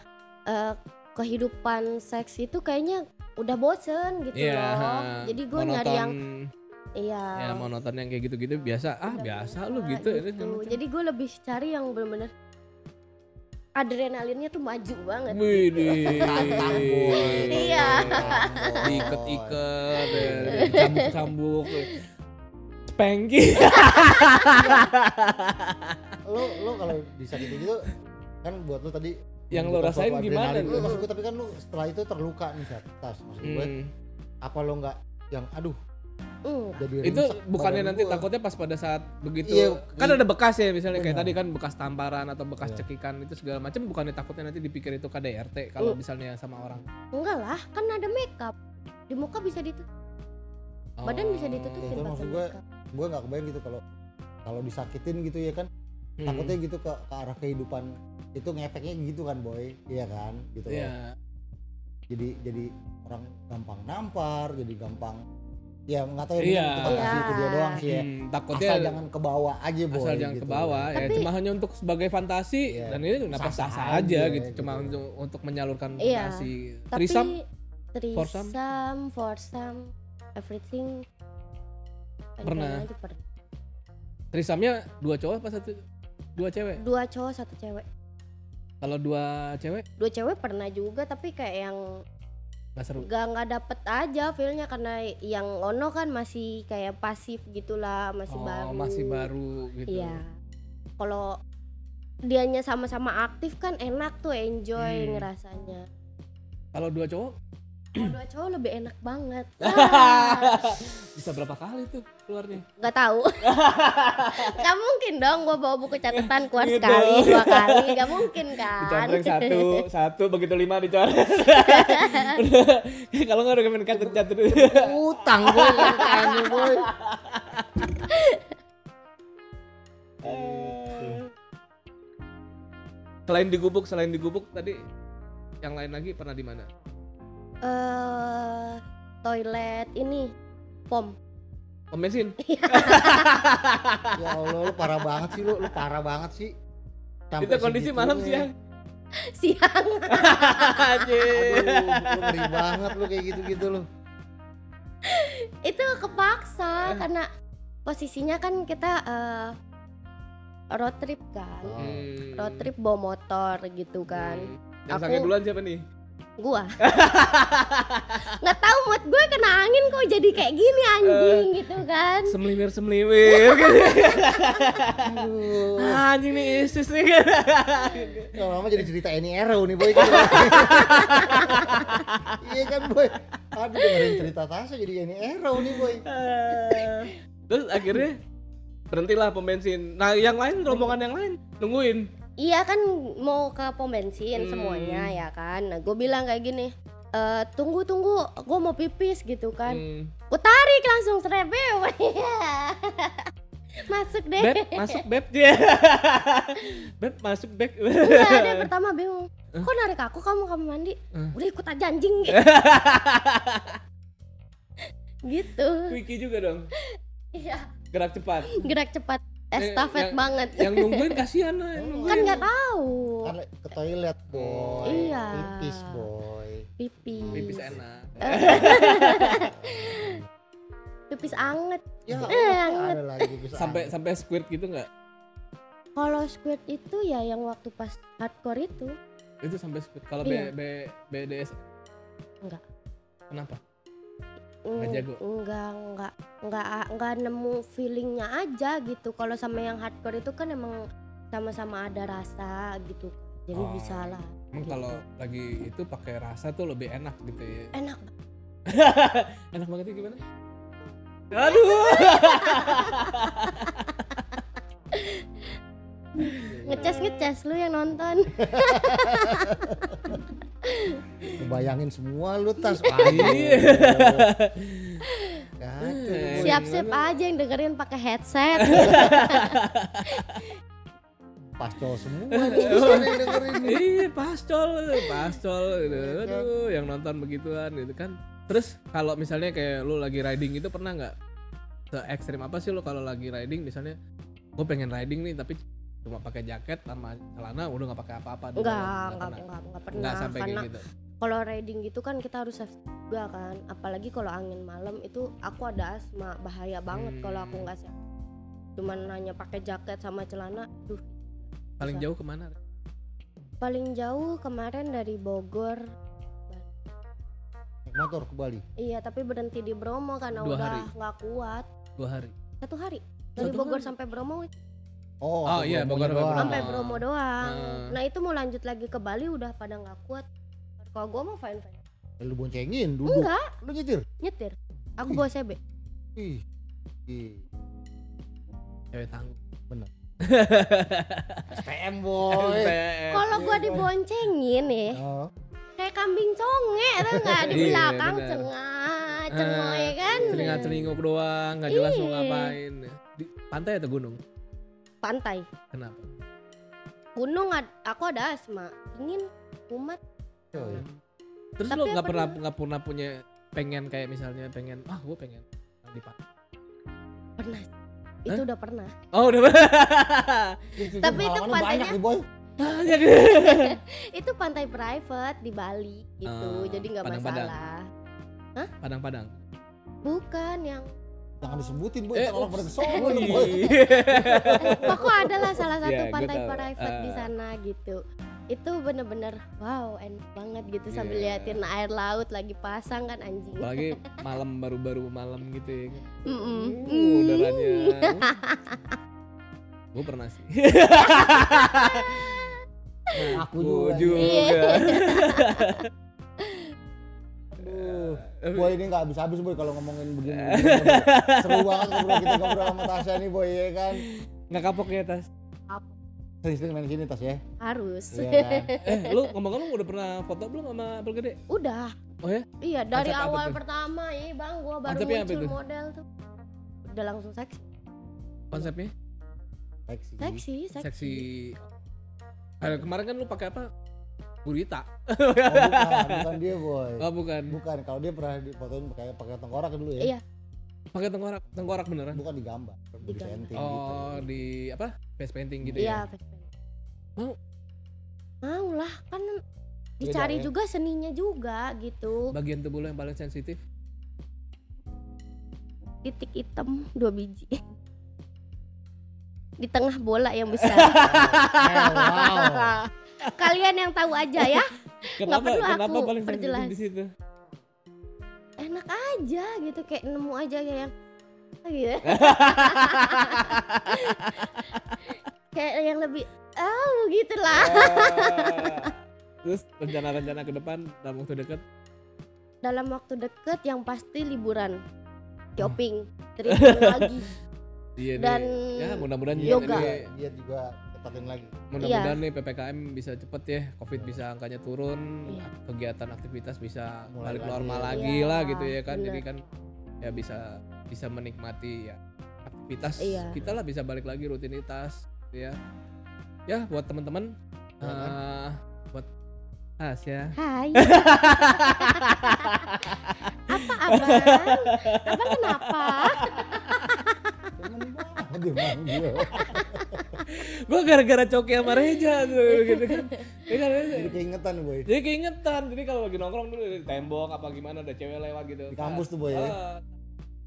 Speaker 3: eh, kehidupan seks itu kayaknya udah bosen gitu
Speaker 2: Iya,
Speaker 3: loh.
Speaker 2: ha.
Speaker 3: Jadi gua nyari yang iya.
Speaker 2: ya monoton yang kayak gitu-gitu biasa ah
Speaker 3: udah
Speaker 2: biasa
Speaker 3: bosen
Speaker 2: lu
Speaker 3: lah,
Speaker 2: gitu, ini
Speaker 3: gitu. Jadi gua lebih cari yang bener-bener adrenalinnya tuh maju banget.
Speaker 2: Widih.
Speaker 1: Tantang, Boy.
Speaker 3: Iya.
Speaker 1: Tantang, Boy. Iya.
Speaker 2: diikat-ikat ya. cambuk-cambuk spanking
Speaker 1: lo lo kalau disakiti gitu kan buat lo tadi
Speaker 2: Yang lo
Speaker 1: membutuhkan
Speaker 2: rasain
Speaker 1: suatu
Speaker 2: gimana
Speaker 1: adrenalin.
Speaker 2: gitu?
Speaker 1: Iya, maksud gue tapi kan lo setelah itu terluka nih Sat. tas maksud gue
Speaker 2: Hmm.
Speaker 1: apa lo nggak yang aduh
Speaker 3: Mm.
Speaker 1: jadi
Speaker 2: itu
Speaker 1: ringsek
Speaker 2: bukannya
Speaker 1: badan
Speaker 2: nanti
Speaker 1: gua.
Speaker 2: takutnya pas pada saat begitu
Speaker 1: Iya,
Speaker 2: kan
Speaker 1: iya.
Speaker 2: ada bekas ya misalnya kayak
Speaker 1: Benar.
Speaker 2: tadi kan bekas tamparan atau bekas
Speaker 1: Iya.
Speaker 2: cekikan itu segala macam bukannya takutnya nanti dipikir itu KDRT
Speaker 1: Iya.
Speaker 2: kalau
Speaker 3: Mm.
Speaker 2: misalnya sama orang
Speaker 3: Enggak lah, kan ada makeup. Di muka bisa ditutup. badan
Speaker 2: Oh,
Speaker 3: bisa ditutupin
Speaker 1: Itu
Speaker 3: pakai
Speaker 1: maksud gua,
Speaker 3: makeup.
Speaker 1: gue nggak kebayang gitu kalau kalau disakitin gitu ya kan
Speaker 2: Hmm.
Speaker 1: takutnya gitu ke, ke arah kehidupan itu ngefeknya gitu kan boy iya kan gitu loh.
Speaker 2: Iya.
Speaker 1: jadi jadi orang gampang nampar jadi gampang ya nggak tahu ya mungkin
Speaker 2: Iya.
Speaker 1: itu fantasi
Speaker 3: Iya.
Speaker 1: itu dia doang sih ya
Speaker 2: Hmm, takutnya
Speaker 1: asal jangan ke bawah aja boy
Speaker 2: asal jangan
Speaker 1: gitu.
Speaker 2: ke bawah ya
Speaker 3: Tapi-
Speaker 2: cuma hanya untuk sebagai fantasi
Speaker 1: Iya.
Speaker 2: dan ini kenapa
Speaker 1: Sah-sah
Speaker 2: sah
Speaker 1: aja,
Speaker 2: sah aja gitu
Speaker 1: gitu.
Speaker 2: cuma untuk untuk menyalurkan
Speaker 3: Iya.
Speaker 2: fantasi
Speaker 3: Tapi
Speaker 2: Trisam Foursome?
Speaker 3: Trisam, foursome, everything
Speaker 2: Pernah.
Speaker 3: Aja pernah.
Speaker 2: trisamnya dua cowok apa satu dua cewek
Speaker 3: Dua cowok satu cewek.
Speaker 2: kalau dua cewek
Speaker 3: Dua cewek pernah juga tapi kayak yang
Speaker 2: nggak seru
Speaker 3: gak nggak dapet aja feelnya karena yang ono kan masih kayak pasif gitulah masih
Speaker 2: oh
Speaker 3: baru.
Speaker 2: masih baru gitu
Speaker 3: Iya. Kalau dianya sama-sama aktif kan enak tuh enjoy
Speaker 2: Hmm.
Speaker 3: ngerasanya.
Speaker 2: kalau dua cowok
Speaker 3: Kalau dua cowok lebih enak banget. Wah.
Speaker 2: bisa berapa kali tuh keluarnya
Speaker 3: nggak tahu nggak mungkin dong gua bawa buku catatan keluar
Speaker 2: Gitu.
Speaker 3: sekali dua kali nggak mungkin kan
Speaker 2: dicontreng satu satu begitu lima dicontreng kalau nggak udah main catet catet
Speaker 1: utang boy utangnya boy
Speaker 2: Eh. selain digubuk selain digubuk tadi yang lain lagi pernah di mana
Speaker 3: eh toilet ini pom
Speaker 2: pom bensin
Speaker 1: ya allah lu parah banget sih lu lu parah banget sih Sampai
Speaker 2: itu kondisi malam
Speaker 1: segitunya.
Speaker 2: siang
Speaker 3: siang
Speaker 1: Aduh,
Speaker 2: aja
Speaker 1: lu ngeri banget lu kayak gitu-gitu lu
Speaker 3: itu
Speaker 2: Eh.
Speaker 3: kepaksa karena posisinya kan kita eh, road trip
Speaker 2: Oh,
Speaker 3: kan
Speaker 2: iya.
Speaker 3: road trip bawa motor gitu kan
Speaker 2: Hmm. yang
Speaker 3: Aku-
Speaker 2: sange duluan siapa nih
Speaker 3: gua nggak tahu mood gue kena angin kok jadi kayak gini anjing
Speaker 2: Eh.
Speaker 3: gitu kan
Speaker 2: semlimir semlimir
Speaker 1: Aduh.
Speaker 2: anjing nih isis nih
Speaker 1: Lama-lama jadi cerita ini Arrow nih boy. kan? iya kan boy. Aduh dengerin cerita Tasya jadi ini Arrow nih boy.
Speaker 3: Eh.
Speaker 2: terus akhirnya berhentilah pom bensin nah yang lain rombongan yang lain nungguin
Speaker 3: Iya kan mau ke pom bensin
Speaker 2: Hmm.
Speaker 3: semuanya ya kan. Nah, gue bilang kayak gini, "Eh, tunggu tunggu, gue mau pipis gitu kan.
Speaker 2: Hmm.
Speaker 3: Gue tarik langsung serebe. masuk deh
Speaker 2: beb masuk beb
Speaker 3: Iya.
Speaker 2: dia beb masuk beb
Speaker 3: Enggak ada yang Iya, pertama bingung
Speaker 2: Eh.
Speaker 3: Kok narik aku kamu kamu mandi?
Speaker 2: Hah?
Speaker 3: Udah ikut aja anjing Gitu
Speaker 2: Wiki juga dong
Speaker 3: Iya
Speaker 2: gerak cepat
Speaker 3: Gerak cepat
Speaker 2: Eh,
Speaker 3: Estafet
Speaker 2: yang-
Speaker 3: banget
Speaker 2: yang nungguin kasihan lah yang nungguin.
Speaker 3: Kan nggak tahu
Speaker 1: Karena ke toilet boy,
Speaker 3: Iya.
Speaker 1: pipis boy.
Speaker 3: Pipis
Speaker 2: pipis enak
Speaker 3: Pipis anget
Speaker 1: Ya,
Speaker 3: Eh,
Speaker 1: ada lagi bisa.
Speaker 2: sampai sampai squirt gitu nggak
Speaker 3: Kalau squid itu ya yang waktu pas hardcore itu
Speaker 2: itu sampai squirt kalau
Speaker 3: Iya.
Speaker 2: B, B, BDS
Speaker 3: Enggak.
Speaker 2: kenapa
Speaker 3: Mm,
Speaker 2: jago.
Speaker 3: Enggak, enggak, enggak, enggak nemu feelingnya aja gitu. Kalau sama yang hardcore itu kan emang sama-sama ada rasa gitu. Jadi
Speaker 2: Oh.
Speaker 3: bisa lah. Gitu.
Speaker 2: emang kalau lagi itu pakai rasa tuh lebih enak gitu ya
Speaker 3: Enak.
Speaker 2: enak banget ya gimana aduh
Speaker 3: Ngeces ngeces lu yang nonton.
Speaker 1: Bayangin semua lu tas.
Speaker 2: Iya. Eh,
Speaker 1: Kacau.
Speaker 3: Siap-siap aja yang dengerin pakai headset.
Speaker 1: Pascol semua nih, di sana yang dengerin.
Speaker 2: Iya, pascol, pascol gitu. Aduh, yang nonton begituan gitu kan. Terus kalau misalnya kayak lu lagi riding itu pernah nggak se ekstrim apa sih lu kalau lagi riding misalnya gue pengen riding nih tapi cuma pakai jaket sama celana udah nggak pakai apa-apa di
Speaker 3: Enggak,
Speaker 2: dalam.
Speaker 3: enggak,
Speaker 2: pernah.
Speaker 3: enggak, enggak
Speaker 2: Nggak
Speaker 3: pernah.
Speaker 2: sampai kayak
Speaker 3: Karena
Speaker 2: gitu.
Speaker 3: kalau riding gitu kan kita harus safety juga kan. Apalagi kalau angin malam itu aku ada asma, bahaya banget kalau aku
Speaker 2: Hmm.
Speaker 3: nggak siap. Cuman hanya pakai jaket sama celana, duh
Speaker 2: Paling
Speaker 3: bisa.
Speaker 2: jauh kemana?
Speaker 3: paling jauh kemarin dari Bogor
Speaker 1: Naik Motor ke Bali.
Speaker 3: Iya, tapi berhenti di Bromo karena
Speaker 2: Dua
Speaker 3: udah
Speaker 2: hari.
Speaker 3: nggak kuat.
Speaker 2: Dua hari.
Speaker 3: Satu hari. Dari
Speaker 2: Satu
Speaker 3: Bogor
Speaker 2: hari. Ah.
Speaker 3: sampai Bromo,
Speaker 1: Oh,
Speaker 2: Oh,
Speaker 1: ke
Speaker 2: iya,
Speaker 1: Bromonya
Speaker 2: Bogor, Bogor.
Speaker 1: doang.
Speaker 3: sampai Bromo doang.
Speaker 2: Ah.
Speaker 3: Nah itu mau lanjut lagi ke Bali udah pada nggak kuat. Kalau gue mau fine fine.
Speaker 1: Lu boncengin duduk.
Speaker 3: Enggak,
Speaker 1: Lu nyetir.
Speaker 3: nyetir.
Speaker 1: Ih.
Speaker 3: Aku bawa CB.
Speaker 2: Eh.
Speaker 1: Ih. Ih.
Speaker 2: Cewek tangguh.
Speaker 1: STM
Speaker 2: Oh,
Speaker 1: boy.
Speaker 2: STM.
Speaker 3: Kalau gue
Speaker 1: iya,
Speaker 3: diboncengin ya,
Speaker 2: Ah.
Speaker 3: nih,
Speaker 1: Oh,
Speaker 3: kayak kambing conge tuh nggak
Speaker 2: Iya,
Speaker 3: di
Speaker 2: Eh,
Speaker 3: belakang
Speaker 2: bener.
Speaker 3: cengah, cengoy ya kan.
Speaker 2: Telinga-telinguk doang, nggak jelas mau
Speaker 3: Iya.
Speaker 2: ngapain. Di pantai atau gunung?
Speaker 3: Pantai,
Speaker 2: Kenapa?
Speaker 3: gunung, ad- aku ada asma, dingin, kumat.
Speaker 1: coy.
Speaker 2: Terus
Speaker 3: Tapi
Speaker 2: lo nggak
Speaker 3: apa
Speaker 2: pernah
Speaker 3: dulu?
Speaker 2: nggak pernah punya pengen kayak misalnya pengen ah gue pengen di pantai.
Speaker 3: Pernah. Itu udah pernah.
Speaker 2: Oh udah
Speaker 1: Iya,
Speaker 3: Tapi itu
Speaker 1: Pengalamannya banyak
Speaker 3: pantainya-
Speaker 1: nih boy.
Speaker 2: banyak.
Speaker 3: itu pantai private di Bali gitu
Speaker 2: Ah,
Speaker 3: jadi nggak
Speaker 2: padang-padang.
Speaker 3: masalah
Speaker 2: Padang-padang.
Speaker 3: bukan yang
Speaker 1: Jangan disebutin boy,
Speaker 2: Eh,
Speaker 1: ntar orang pada kesel
Speaker 2: Oh,
Speaker 1: lu, boy.
Speaker 3: Eh, pokoknya adalah salah satu
Speaker 2: Ya, gua
Speaker 3: pantai
Speaker 2: tahu.
Speaker 3: private di
Speaker 2: Ah.
Speaker 3: sana gitu itu bener-bener wow enak banget gitu sambil
Speaker 2: Iya.
Speaker 3: liatin air laut lagi pasang kan anjing
Speaker 2: Apalagi malam baru-baru malam gitu ya.
Speaker 3: Mm-mm.
Speaker 2: Uh, udaranya. gue pernah sih.
Speaker 1: Aku
Speaker 2: Gua
Speaker 1: juga.
Speaker 2: juga. Iya.
Speaker 1: Aduh.
Speaker 2: Uh.
Speaker 1: Boy ini nggak habis-habis boy kalau ngomongin begini. begini, boy. Seru banget ngobrol kita ngobrol sama Tasya nih boy ya kan.
Speaker 2: Nggak kapok ya tas.
Speaker 1: Sering-sering main sini Tas ya.
Speaker 3: harus
Speaker 1: Iya kan.
Speaker 2: Eh, lu ngomong-ngomong udah pernah foto belum sama apel gede?
Speaker 3: udah
Speaker 2: Oh ya?
Speaker 3: iya dari
Speaker 2: Konsep apa
Speaker 3: awal
Speaker 2: tuh?
Speaker 3: pertama ya bang gua baru
Speaker 2: Konsepnya apa
Speaker 3: muncul
Speaker 2: tuh?
Speaker 3: model tuh udah langsung seksi
Speaker 2: Konsepnya
Speaker 1: Seksi.
Speaker 3: seksi seksi,
Speaker 2: Hmm, seksi. Eh, kemarin kan lu pakai apa? Gurita.
Speaker 1: Oh, bukan, bukan dia boy.
Speaker 2: Oh, bukan.
Speaker 1: Bukan, kalau dia pernah dipotoin pakai pakai tengkorak dulu ya.
Speaker 3: Iya.
Speaker 2: Pakai tengkorak, tengkorak beneran.
Speaker 1: Bukan digambar, di gitu. Eh,
Speaker 3: Digambar.
Speaker 1: painting
Speaker 2: Oh di apa face painting gitu
Speaker 3: iya
Speaker 2: ya?
Speaker 3: fake friend.
Speaker 2: Mau?
Speaker 3: mau lah kan dicari
Speaker 1: ya?
Speaker 3: juga seninya juga gitu
Speaker 2: ya? Bagian tubuh lo yang paling sensitif?
Speaker 3: titik hitam dua biji di tengah bola yang besar
Speaker 1: gitu. Eh, wow.
Speaker 3: kalian yang tahu aja ya
Speaker 2: Kenapa?
Speaker 3: perlu
Speaker 2: Kenapa
Speaker 3: aku
Speaker 2: paling
Speaker 3: perjelas.
Speaker 2: sensitif di situ?
Speaker 3: enak aja gitu kayak nemu aja kayak yang ah, gitu. kayak yang lebih oh gitu lah
Speaker 2: Terus rencana-rencana ke depan dalam waktu dekat?
Speaker 3: dalam waktu deket yang pasti liburan shopping treating lagi
Speaker 2: Iya nih.
Speaker 3: dan
Speaker 2: ya mudah-mudahan
Speaker 1: Iya,
Speaker 2: juga
Speaker 3: Yoga.
Speaker 2: nih,
Speaker 1: dia- Dia juga ketatin lagi.
Speaker 2: mudah-mudahan nih ppkm bisa cepet ya, covid bisa angkanya turun,
Speaker 3: Iya.
Speaker 2: kegiatan aktivitas bisa
Speaker 1: Mulai
Speaker 2: balik
Speaker 1: lagi.
Speaker 2: normal lagi,
Speaker 3: Iya,
Speaker 2: lah gitu ya kan,
Speaker 3: bener.
Speaker 2: jadi kan ya bisa bisa menikmati ya aktivitas aktivitas
Speaker 3: Iya.
Speaker 2: kita lah bisa balik lagi rutinitas gitu ya ya buat teman-teman
Speaker 1: Ya kan?
Speaker 2: eh, buat as ya
Speaker 3: Hai. Apa abang? Abang kenapa?
Speaker 1: Temen banget emang gue.
Speaker 2: gua gara-gara coki sama Reja tuh gitu kan Ya kan, Reja?
Speaker 1: Jadi keingetan boy.
Speaker 2: jadi keingetan jadi kalau lagi nongkrong dulu di tembok apa gimana ada cewek lewat gitu
Speaker 1: Di kampus tuh boy ya.
Speaker 2: Ah.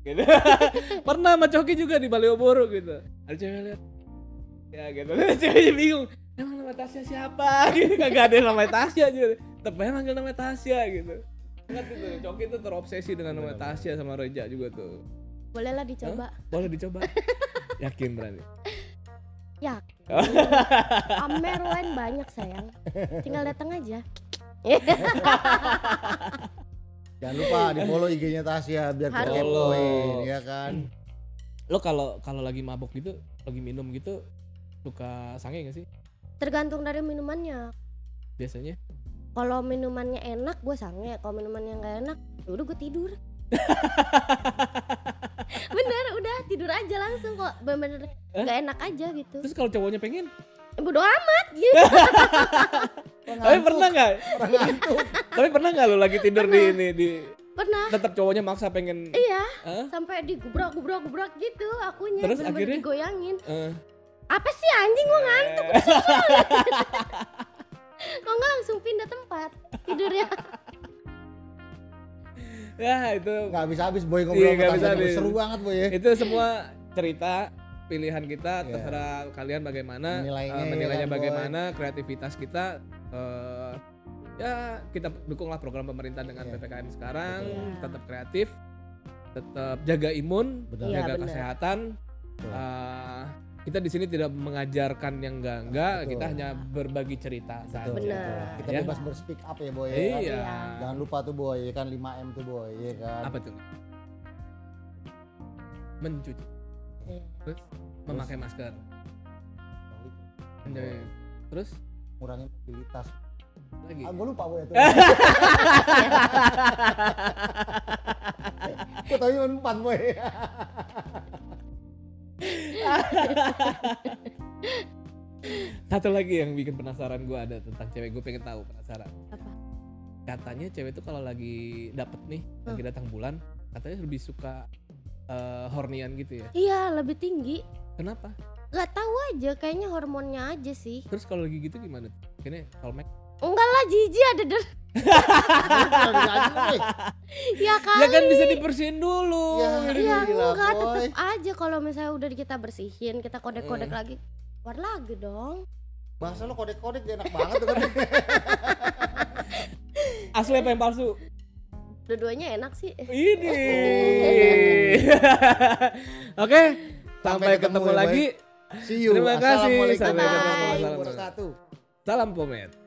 Speaker 2: gitu pernah sama Coki juga di Malioboro gitu ada cewek lihat ya gitu ceweknya bingung emang nama Tasya siapa gitu kagak ada yang namanya Tasya gitu tapi manggil namanya Tasya gitu Ingat itu Coki tuh terobsesi dengan nama
Speaker 1: Benar-benar.
Speaker 2: Tasya sama Reja juga tuh
Speaker 3: Bolehlah dicoba.
Speaker 2: boleh dicoba yakin berani
Speaker 3: Ya. Amer lain banyak sayang. Tinggal datang aja.
Speaker 1: Jangan lupa di follow IG-nya Tasya biar
Speaker 3: Harus.
Speaker 1: kita poin ya kan.
Speaker 2: lo kalau kalau lagi mabok gitu lagi minum gitu suka sange gak sih
Speaker 3: Tergantung dari minumannya.
Speaker 2: biasanya
Speaker 3: Kalau minumannya enak gue sange, kalau minumannya nggak enak, ya udah gue tidur. Bener, udah tidur aja langsung kok. Bener-bener
Speaker 2: Eh?
Speaker 3: nggak enak aja gitu.
Speaker 2: terus kalau cowoknya pengen
Speaker 3: Eh, Bodo amat gitu.
Speaker 2: tapi pernah nggak
Speaker 1: Orang ngantuk.
Speaker 2: tapi pernah nggak lo lagi tidur di ini di
Speaker 3: Pernah
Speaker 2: tetap cowoknya maksa pengen
Speaker 3: iya,
Speaker 2: Hah?
Speaker 3: sampai digubrak-gubrak-gubrak gitu
Speaker 2: Eh?
Speaker 3: akunya
Speaker 2: Terus
Speaker 3: bener-bener
Speaker 2: akhirnya?
Speaker 3: digoyangin.
Speaker 2: eh,
Speaker 3: Apa sih anjing gua ngantuk. Kalau nggak langsung pindah tempat tidurnya.
Speaker 2: ya itu
Speaker 1: Nggak habis-habis boy
Speaker 2: Iya,
Speaker 1: ngobrol sama
Speaker 2: nggak
Speaker 1: Tasya.
Speaker 2: habis-habis. Iya.
Speaker 1: Seru banget boy ya.
Speaker 2: itu semua cerita pilihan kita
Speaker 1: Iya.
Speaker 2: terserah kalian bagaimana
Speaker 1: Menilainya
Speaker 2: eh,
Speaker 1: ya
Speaker 2: menilainya
Speaker 1: kan, Boy.
Speaker 2: bagaimana kreativitas kita eh, ya kita dukunglah program pemerintah dengan
Speaker 1: Iya.
Speaker 2: ppkm sekarang
Speaker 3: Betul. Iya.
Speaker 2: tetap kreatif tetap jaga imun
Speaker 1: Benar.
Speaker 3: Iya,
Speaker 2: jaga
Speaker 3: benar.
Speaker 2: kesehatan
Speaker 1: Betul.
Speaker 2: Eh, kita di sini tidak mengajarkan yang enggak enggak
Speaker 1: Betul.
Speaker 2: kita hanya berbagi cerita
Speaker 1: Betul,
Speaker 2: saja
Speaker 3: Benar.
Speaker 1: betul. Kita
Speaker 2: Ya.
Speaker 1: bebas berspeak up ya boy. ya kan?
Speaker 2: iya
Speaker 1: Jangan lupa tuh boy, ya kan 5M tuh boy, ya kan.
Speaker 2: apa tuh mencuci terus memakai masker menjauhi terus
Speaker 1: Kurangi mobilitas.
Speaker 2: lagi
Speaker 1: Ah, gue lupa boy itu. Gue tadi cuma empat boy.
Speaker 2: Iya. satu lagi yang bikin penasaran gue ada tentang cewek gue pengen tahu penasaran
Speaker 3: Apa?
Speaker 2: katanya cewek tuh kalau lagi dapet nih lagi datang bulan katanya lebih suka eh, hornian gitu ya
Speaker 3: Iya, lebih tinggi.
Speaker 2: kenapa
Speaker 3: Gak tahu aja, kayaknya hormonnya aja sih.
Speaker 2: terus kalau lagi gitu gimana tuh kayaknya kalau make
Speaker 3: Enggak lah, jijik ada der.
Speaker 1: Kalau dikasih, boy.
Speaker 3: Ya
Speaker 2: ya
Speaker 3: kali.
Speaker 2: kan bisa dibersihin dulu
Speaker 1: Ya,
Speaker 3: Iya,
Speaker 1: gila,
Speaker 3: enggak
Speaker 1: boy. Mm.
Speaker 3: tetep aja kalau misalnya udah kita bersihin, kita kodek-kodek lagi. Keluar lagi dong.
Speaker 1: Bahasa lo kodek-kodek dia enak banget tuh kan.
Speaker 2: asli apa yang palsu
Speaker 3: Dua-duanya enak sih.
Speaker 2: ini oke
Speaker 1: ketemu
Speaker 2: sampai, ketemu
Speaker 1: ya, Bay.
Speaker 2: lagi
Speaker 1: See you.
Speaker 2: Terima kasih.
Speaker 1: Assalamualaikum
Speaker 2: Sampai
Speaker 3: ketemu.
Speaker 1: warahmatullahi
Speaker 3: Bye.
Speaker 1: wabarakatuh.
Speaker 2: salam pomet